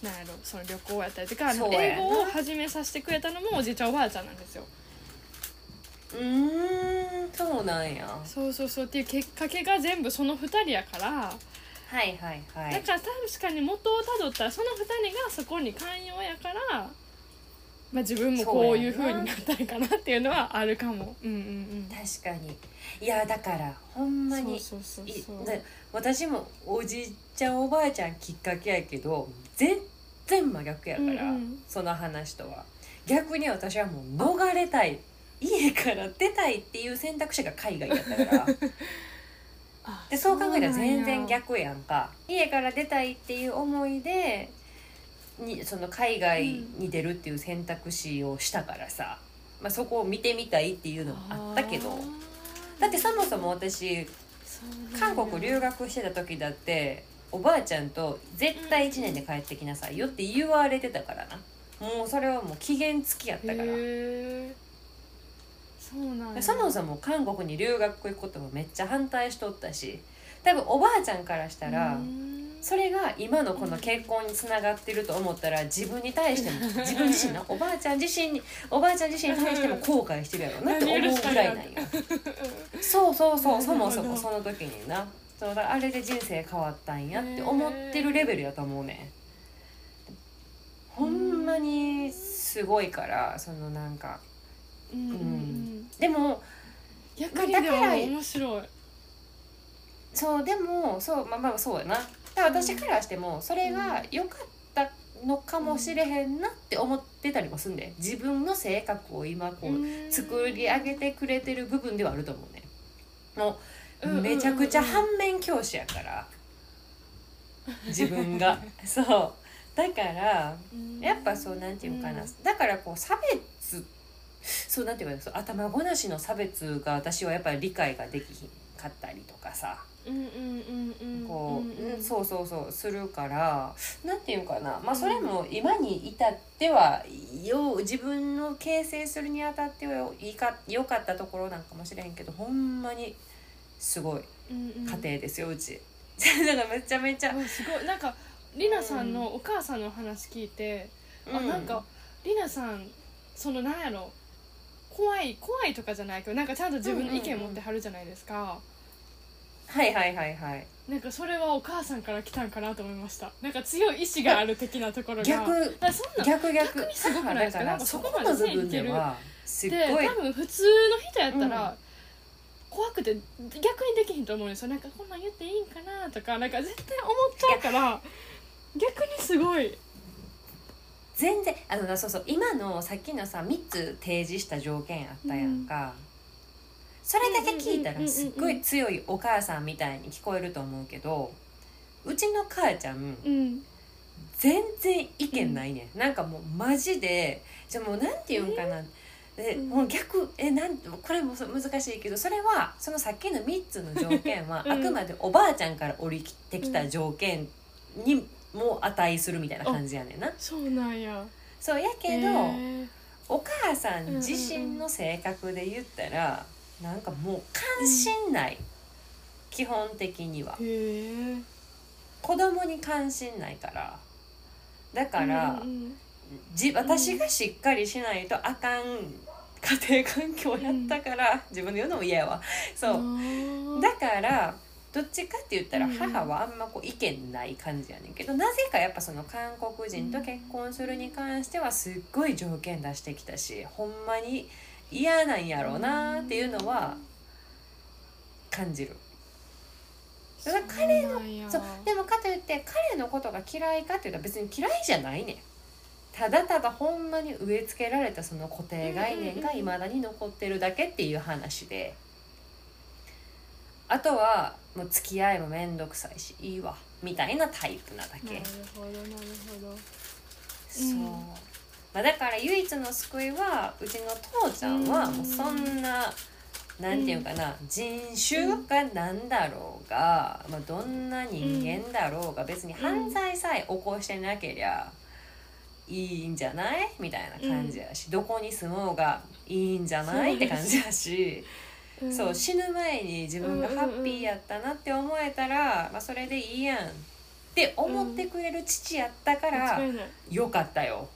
S1: なんやろその旅行やったりとかあ
S2: そ
S1: の
S2: うやな
S1: 英語を始めさせてくれたのもおじいちゃんおばあちゃんなんですよ。
S2: うーんそうなんや
S1: そうそうそうっていうきっかけが全部その2人やから、
S2: はいはいは
S1: だ
S2: い
S1: から確かに元をたどったらその2人がそこに寛容やから、まあ、自分もこういうふ
S2: そう
S1: う
S2: やな
S1: になったんかなっていうのはあるかも。うんうんうん、
S2: 確かにいやだからほんまに
S1: そうそうそう
S2: い
S1: そう
S2: で私もおじいちゃんおばあちゃんきっかけやけど全然真逆やから、
S1: うんうん
S2: その話とは逆に私はもう逃れたい家から出たいっていう選択肢が海外やったから
S1: あ
S2: でそう考えたら
S1: そ
S2: 全然
S1: うなんや
S2: 逆やんか家から出たいっていう思いでにその海外に出るっていう選択肢をしたからさ、まあ、そこを見てみたいっていうのもあったけど
S1: あー
S2: だってそもそも私
S1: そうなんや
S2: 韓国留学してた時だっておばあちゃんと絶対1年で帰ってきなさいよって言われてたからなもうそれはもう期限付きやったから。
S1: へえそうなんや
S2: そもそも韓国に留学行くこともめっちゃ反対しとったし多分おばあちゃんからしたら、
S1: うん
S2: それが今のこの結婚につながってると思ったら自分に対 しても自分自身のおばあちゃん自身におばあちゃん自身に対しても後悔してるやろうなって思うぐらいなんよ。そうそうそうそもそもその時になそうだからあれで人生変わったんやって思ってるレベルやと思うねんほんまにすごいからそのなんか
S1: うんうんうん
S2: でも
S1: 逆にで
S2: まあだ
S1: も
S2: から
S1: 面白い
S2: そうでもそうまあまあそうやなだから私からしてもそれが良かったのかもしれへんなって思ってたりもすんで自分の性格を今こう作り上げてくれてる部分ではあると思うねもう
S1: うん
S2: めちゃくちゃ反面教師やから自 分がそうだから
S1: うん
S2: やっぱそうなんていうのかな、
S1: うん
S2: だからこう差別そうなんていうかなそう頭ごなしの差別が私はやっぱり理解ができひんかったりとかさ
S1: うんうんうんうん
S2: こう、
S1: うん
S2: うんそうそうそうするからなんていうかなまあそれも今に至ってはよう自分の形成するにあたってはよいいか良かったところなんかもしれへんけどほんまにすごい
S1: うんうん
S2: 家庭ですよ、うち。 だからめちゃめちゃ、
S1: あすごいなんかりなさんのお母さんの話聞いてあ
S2: う
S1: なんかりなさんそのなんやろ怖い怖いとかじゃないけどなんかちゃんと自分の意見持ってはるじゃないですか
S2: はいはいはいはい
S1: なんかそれはお母さんから来たんかなと思いましたなんか強い意志がある的なところが
S2: 逆
S1: だからそんなん
S2: 逆逆
S1: 逆にすごくないですか
S2: だ
S1: な
S2: ら
S1: んか
S2: そ
S1: そ
S2: こ
S1: こま
S2: の
S1: で
S2: 部
S1: 線
S2: 分
S1: いけ
S2: で
S1: る
S2: はすっ
S1: で
S2: ごい
S1: 多分普通の人やったら怖くて逆にできひんと思うんですよなんかこんなん言っていいんかなとかなんか絶対思っちゃうから逆にすごい
S2: 全然あのなそうそう今のさっきのさ3つ提示した条件あったやんか、それだけ聞いた
S1: うんうんうんうんう
S2: ら
S1: ん
S2: すっごい強いお母さんみたいに聞こえると思うけどうちの母ちゃん
S1: うん
S2: 全然意見ないね、ん、なんかもうマジでじゃあもうなんて言うんかな、え
S1: うん
S2: もう逆えなんこれもそう難しいけどそれはそのさっきの3つの条件は、
S1: うん
S2: あくまでおばあちゃんから降りてきた条件にも値するみたいな感じやねんな。
S1: そうなんや
S2: そうやけど、
S1: へー
S2: お母さん自身の性格で言ったら、なんかもう関心ない、基本的には
S1: へえ
S2: 子供に関心ないからだから、
S1: うんうん
S2: じ私がしっかりしないとあかん家庭環境やったから、自分で言うのも嫌やわそう、
S1: う
S2: だからどっちかって言ったら
S1: うん
S2: 母はあんまこう意見ない感じやねんけど、なぜかやっぱその韓国人と結婚するに関してはすっごい条件出してきたしほんまに嫌なんやろうなっていうのは感じる。だから彼
S1: のや
S2: そうでもかといって彼のことが嫌いかっていうと別に嫌いじゃないねんただただほんまに植え付けられたその固定概念が
S1: うんうんうん
S2: いまだに残ってるだけっていう話であとはもう付き合いも面倒くさいしいいわみたいなタイプなだ
S1: な
S2: け、
S1: るほどなるほど
S2: そう、まあ、だから唯一の救いはうちの父ちゃんはもうそんな、なんていうかな人種が何だろうが、まあ、どんな人間だろうが別に犯罪さえ起こしてなけりゃいいんじゃないみたいな感じやし、どこに住もうがいいんじゃないって感じやし。
S1: うん
S2: そう死ぬ前に自分がハッピーやったなって思えたら、まあ、それでいいやんって思ってくれる父やったから、
S1: 間違いない
S2: よかったよ。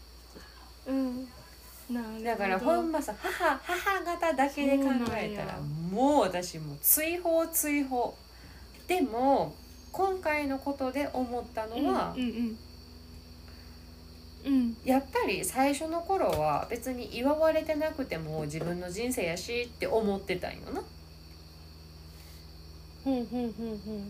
S1: うんなるほど
S2: だからほんまさ母母方だけで考えたら
S1: そうな
S2: もう私もう追放追放でも今回のことで思ったのは、
S1: うんうんうんうん
S2: やっぱり最初の頃は別に祝われてなくても自分の人生やしって思ってたんよな。
S1: ほうほうほうほう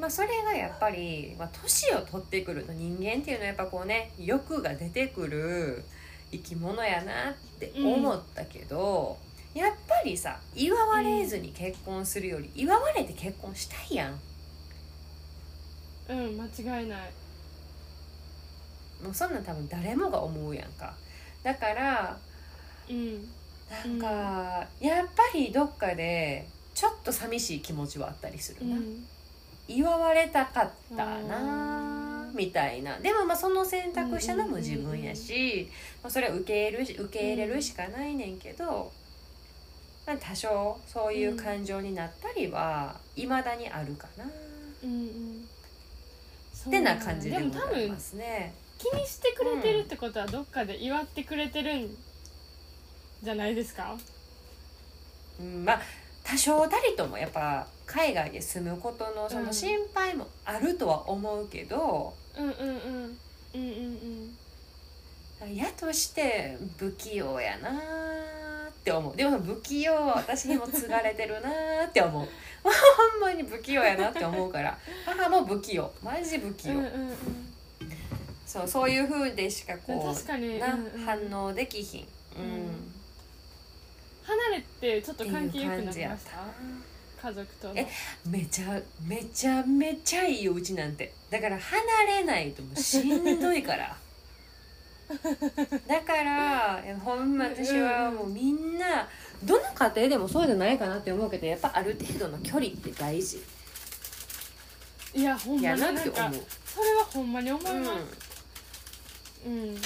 S2: まあ、それがやっぱり、まあ、年を取ってくると人間っていうのはやっぱこうね欲が出てくる生き物やなって思ったけど、やっぱりさ祝われずに結婚するより祝われて結婚したいやん。
S1: うん間違いない
S2: もうそんなん多分誰もが思うやんか。だから
S1: うん
S2: なんか、やっぱりどっかでちょっと寂しい気持ちはあったりす
S1: う
S2: るな。
S1: ん
S2: 祝われたかったなあみたいなでもまあその選択したのも自分やし、まあ、それは受け入れるし受け入れるしかないねんけど、まあ、多少そういう感情になったりはいまだにあるかな、
S1: うんうんそ
S2: っ
S1: う
S2: て
S1: だ
S2: な
S1: ね
S2: 感じで
S1: でも
S2: ご
S1: 多
S2: ざい
S1: 分
S2: ますね。
S1: 気にしてくれてるってことはどっかで祝ってくれてるんじゃないですか
S2: うん、まあ多少たりともやっぱ海外で住むことのその心配もあるとは思うけど、
S1: うんうんうんうんうんうん
S2: やとして不器用やなーって思うでも不器用は私にも継がれてるなーって思うほんまに不器用やなって思うから母も不器用マジ不器
S1: う
S2: 用、
S1: んうんうん
S2: そうそういう風でしかこ
S1: 確か
S2: う
S1: に
S2: な、
S1: うんうん
S2: 反応できひん、うん
S1: うん離れてちょっと関係良くなりました家族との
S2: えめちゃめちゃめちゃいいうちなんてだから離れないともうしんどいから だからいやほんま私はもうみんなどの家庭でもそうじゃないかなって思うけどやっぱある程度の距離って大事
S1: いやほんま
S2: や
S1: に
S2: な
S1: な
S2: っ
S1: んか
S2: て
S1: それ
S2: 思
S1: は
S2: う。
S1: ほんまに思いますうん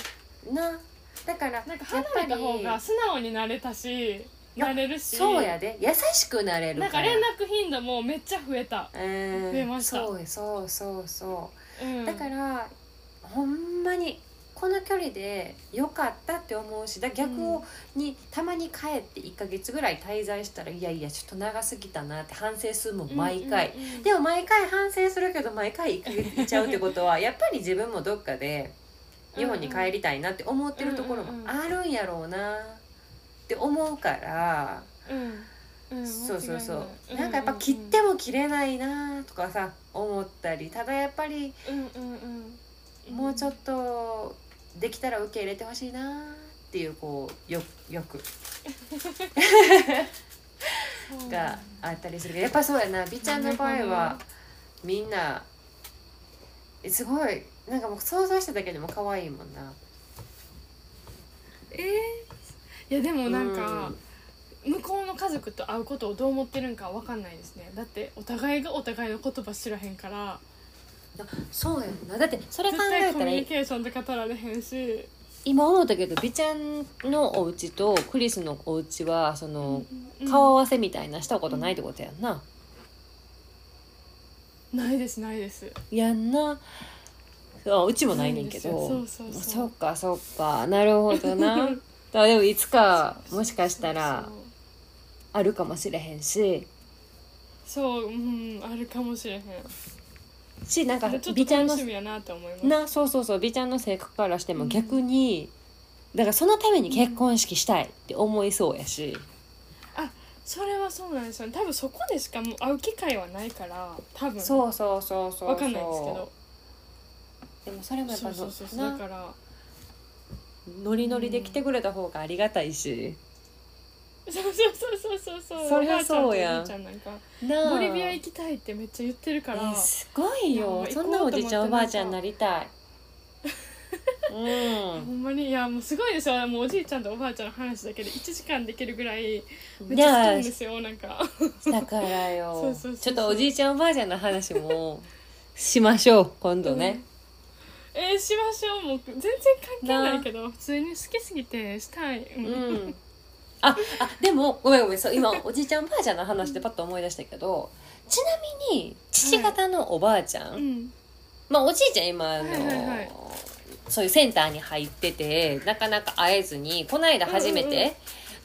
S2: うん、なだから
S1: なんか離れた方
S2: や
S1: が
S2: っぱ
S1: 素直になれたし
S2: いや
S1: なれる
S2: り
S1: し
S2: そうやで優しくなれる
S1: なん
S2: か
S1: から連絡頻度もめっちゃ増えた、
S2: うん
S1: 増えました
S2: そうそうそうそう
S1: うん、
S2: だからほんまにこの距離で良かったって思うしだ逆
S1: う
S2: をにたまに帰って1ヶ月ぐらい滞在したらいやいやちょっと長すぎたなって反省するもん毎回、
S1: うんうんうん
S2: でも毎回反省するけど毎回1ヶ月いちゃうってこと はやっぱり自分もどっかで日本に帰りたいなって思ってるところもあるんやろうなって思うから。
S1: うんうん
S2: そうそうそう
S1: 間違いい
S2: なんかやっぱ切っても切れないなとかさ思ったりただやっぱり
S1: うんうんうんうん
S2: もうちょっとできたら受け入れてほしいなっていうこうよよく
S1: そう
S2: があったりするけどやっぱそうやな美ちゃんの場合
S1: なる
S2: は
S1: ほ
S2: みんなえすごいなんかもう想像しただけでも可愛いもんな。
S1: えーいやでもなん
S2: う
S1: か
S2: ん
S1: 向こうの家族と会うことをどう思ってるんかわかんないですねだってお互いがお互いの言葉知らへんから
S2: そうやんなだってそれ考
S1: 絶
S2: え
S1: 対コ
S2: た
S1: ミ
S2: ら
S1: ュニケーションとか取られへんし
S2: 今思ったけど美ちゃんのお家とクリスのお家はその
S1: うん
S2: 顔合わせみたいなしたことないってことやんな。
S1: ないですないです
S2: やんなそううちもないねんけ
S1: そ
S2: ど
S1: うそうそう
S2: そっかそっかなるほど なだでもいつかもしかしたらあるかもしれへんし
S1: そうそううんあるかもしれへん
S2: しなんか
S1: それちょっ
S2: 美ち
S1: と
S2: ゃんの
S1: 楽しみやなって思います
S2: なそうそうそう美ちゃんの性格からして
S1: う
S2: も
S1: ん
S2: 逆に、だからそのために結婚式したいって思いそうやし、
S1: それはそうなんですよね多分そこでしかもう会う機会はないから多分
S2: そうそうそうそう
S1: わかんないですけど
S2: でもそれもやっぱ
S1: そう
S2: の
S1: そうそうそう
S2: な
S1: だから
S2: ノリノリで来てくれた方がありがたいし、
S1: そうそうそうそうそう
S2: そりゃそうやん
S1: おばあちゃんとおじいちゃんなんか
S2: なあ
S1: ボリビア行きたいってめっちゃ言ってるから、
S2: えーすごい
S1: い
S2: よ
S1: や
S2: そんなおじいちゃ
S1: 行
S2: ん
S1: こうと思って
S2: おばあちゃんになりたいう
S1: ほ
S2: ん
S1: んまにいやもうすごいですよもうおじいちゃんとおばあちゃんの話だけで1時間できるぐらいめっちゃ好き
S2: じ
S1: な
S2: ゃ
S1: んですよなんか
S2: あだからよ
S1: そうそうそうそう
S2: ちょっとおじいちゃんおばあちゃんの話もしましょう今度ね、
S1: えーしましょうもう全然関係ないけど普通に好きすぎてしたい、う
S2: うんん、ああでもごめんごめんそう今おじいちゃんおばあちゃんの話でパッと思い出したけどちなみに父方のおばあちゃん、
S1: うん
S2: まあおじいちゃん今あの、
S1: はいはいはい
S2: そういうセンターに入っててなかなか会えずにこの間初めて、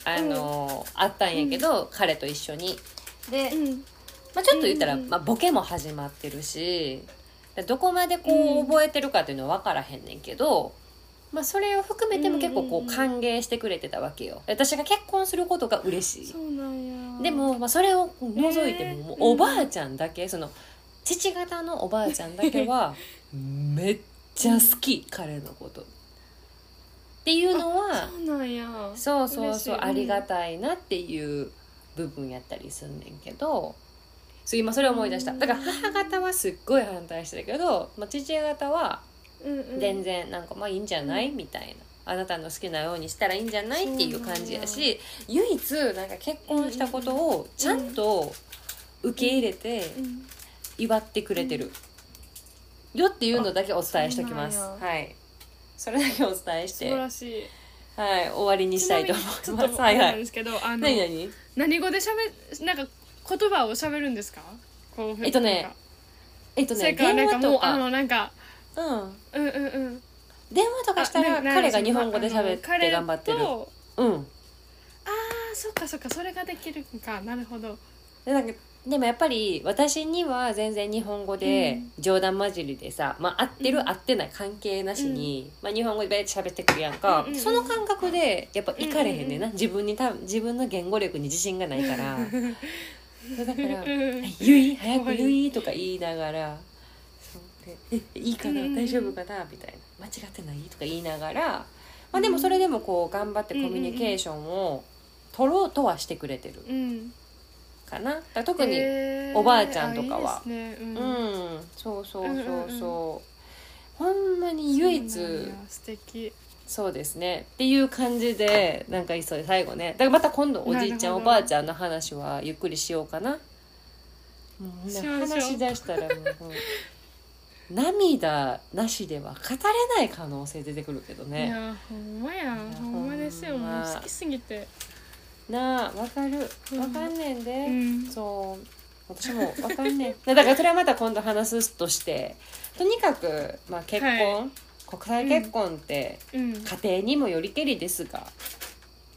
S2: あの、会ったんやけど、彼と一緒にで、
S1: うん
S2: まあ、ちょっと言ったら、
S1: うんうん
S2: まあ、ボケも始まってるしどこまでこ
S1: う
S2: うん覚えてるかっていうのは分からへんねんけど、まあ、それを含めても結構
S1: うん
S2: こ
S1: うんう
S2: うん歓迎してくれてたわけよ私が結婚することが嬉しい
S1: そうなんや
S2: でも、まあ、それを除いても,、
S1: えー
S2: もうおばあちゃんだけ、その父方のおばあちゃんだ けはめっちゃ好き、彼のこと。っていうのは
S1: そうなんや
S2: そうそうそう
S1: 嬉しい
S2: ありがたいなっていう部分やったりすんねんけどそう今それを思い出した
S1: うん
S2: だから母方はすっごい反対してたけど、まあ、父方は
S1: うんうん
S2: 全然なんかまあいいんじゃない、
S1: うん
S2: みたいなあなたの好きなようにしたらいいんじゃないっていう感じや
S1: そうなん
S2: し唯一なんか結婚したことをちゃんと受け入れて
S1: うん
S2: 祝ってくれてるよっていうのだけお伝えしておきます。
S1: あそうなんや
S2: はいそれだけお伝えし
S1: 素
S2: て、
S1: 晴
S2: は
S1: らしい
S2: い、終わりにしたいと思います。
S1: ちなみにちょっと
S2: はいは
S1: あれ
S2: い
S1: なんですけど、あの
S2: 何何
S1: 何語で喋なんか言葉を喋るんですか？こう
S2: えっとねえっと
S1: なんかそれ
S2: ね
S1: か
S2: 電
S1: なんかも
S2: 話
S1: う
S2: と
S1: あ
S2: か
S1: のなんか
S2: うん
S1: うんうんうん。
S2: 電話とかした
S1: あ
S2: ら
S1: なな
S2: 彼が日本語で喋っ
S1: あの
S2: て頑張ってる
S1: 彼と
S2: う
S1: あ
S2: ん
S1: あそっかそっかそれができるんかなるほど。
S2: でなんかでもやっぱり私には全然日本語で冗談交じりでさ、まあ、合って
S1: うん
S2: る合ってない関係なしに、まあ、日本語でべって喋ってくるやんか、
S1: うんうんうん
S2: その感覚でやっぱ行かれへんねんな、
S1: うんうんう
S2: 自分に多分自分の言語力に自信がな いからそうだか
S1: う
S2: ら
S1: ん
S2: 「ゆい早くゆい」とか言いながら「そうでえいいかな
S1: うんうん
S2: 大丈夫かな」みたいな「間違ってない?」とか言いながら、まあ、でもそれでもこう頑張ってコミュニケーションを取ろうとはしてくれてる
S1: うん。
S2: かな。だから特に、
S1: へー
S2: おばあちゃんとかは
S1: あいいですねうん
S2: うん、そうそうそうそう,、ほんまに
S1: そうな
S2: 唯
S1: ん
S2: 一
S1: や素敵
S2: そうですねっていう感じでなんかいっそ最後ねだからまた今度おじいち
S1: な
S2: ゃん
S1: るほど
S2: おばあちゃんの話はゆっくりしようかなもうみん
S1: し
S2: な
S1: ましょう
S2: 話し出したらもううん涙なしでは語れない可能性出てくるけど
S1: い
S2: ね
S1: やほんまや
S2: いや
S1: ほんまですよ
S2: ほん
S1: も
S2: ま
S1: う好きすぎて
S2: なあわかる
S1: うん
S2: わかんねん
S1: う
S2: で、
S1: ん
S2: そう私もわ かんねんだからそれはまた今度話すとしてとにかく、まあ、結婚、国際結婚って
S1: うん、
S2: 家庭にもよりけりですが、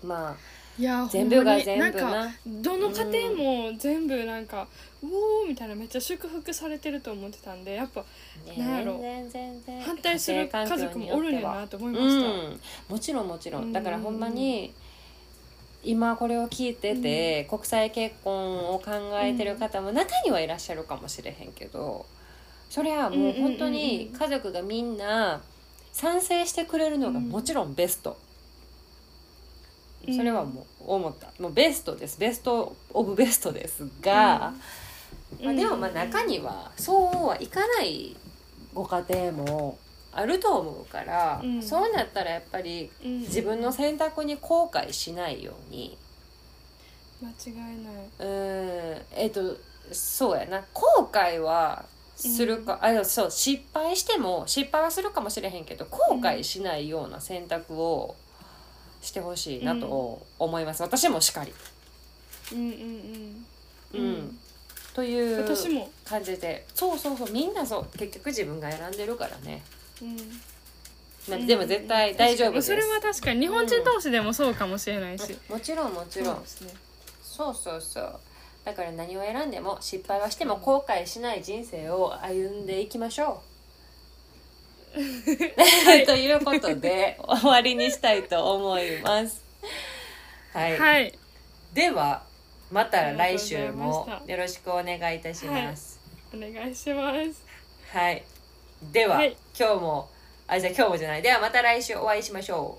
S2: まあ
S1: いや
S2: 全部が全
S1: ほんまに
S2: 部
S1: なんか
S2: な
S1: どの家庭も全部なんか、うおーみたいなめっちゃ祝福されてると思ってたんでやっぱなんやろ
S2: 全然全然
S1: 反対する家族もおるんやなと思いま
S2: う
S1: した、
S2: ん、もちろんもちろ
S1: うん
S2: んだからほんまに今これを聞いてて、国際結婚を考えてる方も中にはいらっしゃるかもしれへんけどそれはもう本当に家族がみんな賛成してくれるのがもちろんベスト、
S1: うん
S2: それはもう思ったもうベストですベストオブベストですが、まあ、でもまあ中にはそうはいかないご家庭もあると思うから、
S1: うん
S2: そうなったらやっぱり
S1: うん
S2: 自分の選択に後悔しないように
S1: 間違いないう
S2: ーんえっ、とそうやな後悔はするか、あそう失敗しても失敗はするかもしれへんけど後悔しないような選択をしてほしいなと思います、私もしかり。
S1: うんうんうん
S2: うんという
S1: 私も、
S2: 感じでそうそうそうみんなそう結局自分が選んでるからね。
S1: うん、う
S2: な
S1: ん
S2: でも絶対大丈夫です。
S1: それは確かに日本人同士でもそうかもしれないし、
S2: もちろんもちろん、
S1: そうですね
S2: そうそうそうだから何を選んでも失敗はしても後悔しない人生を歩んでいきましょう、 ということで終わりにしたいと思いますはい、
S1: はい
S2: ではまた来週も
S1: ありがとうございました
S2: よろしくお願いいたします
S1: お願いします
S2: はい、では、
S1: はい
S2: 今日もあじゃあ今日もじゃないではまた来週お会いしましょ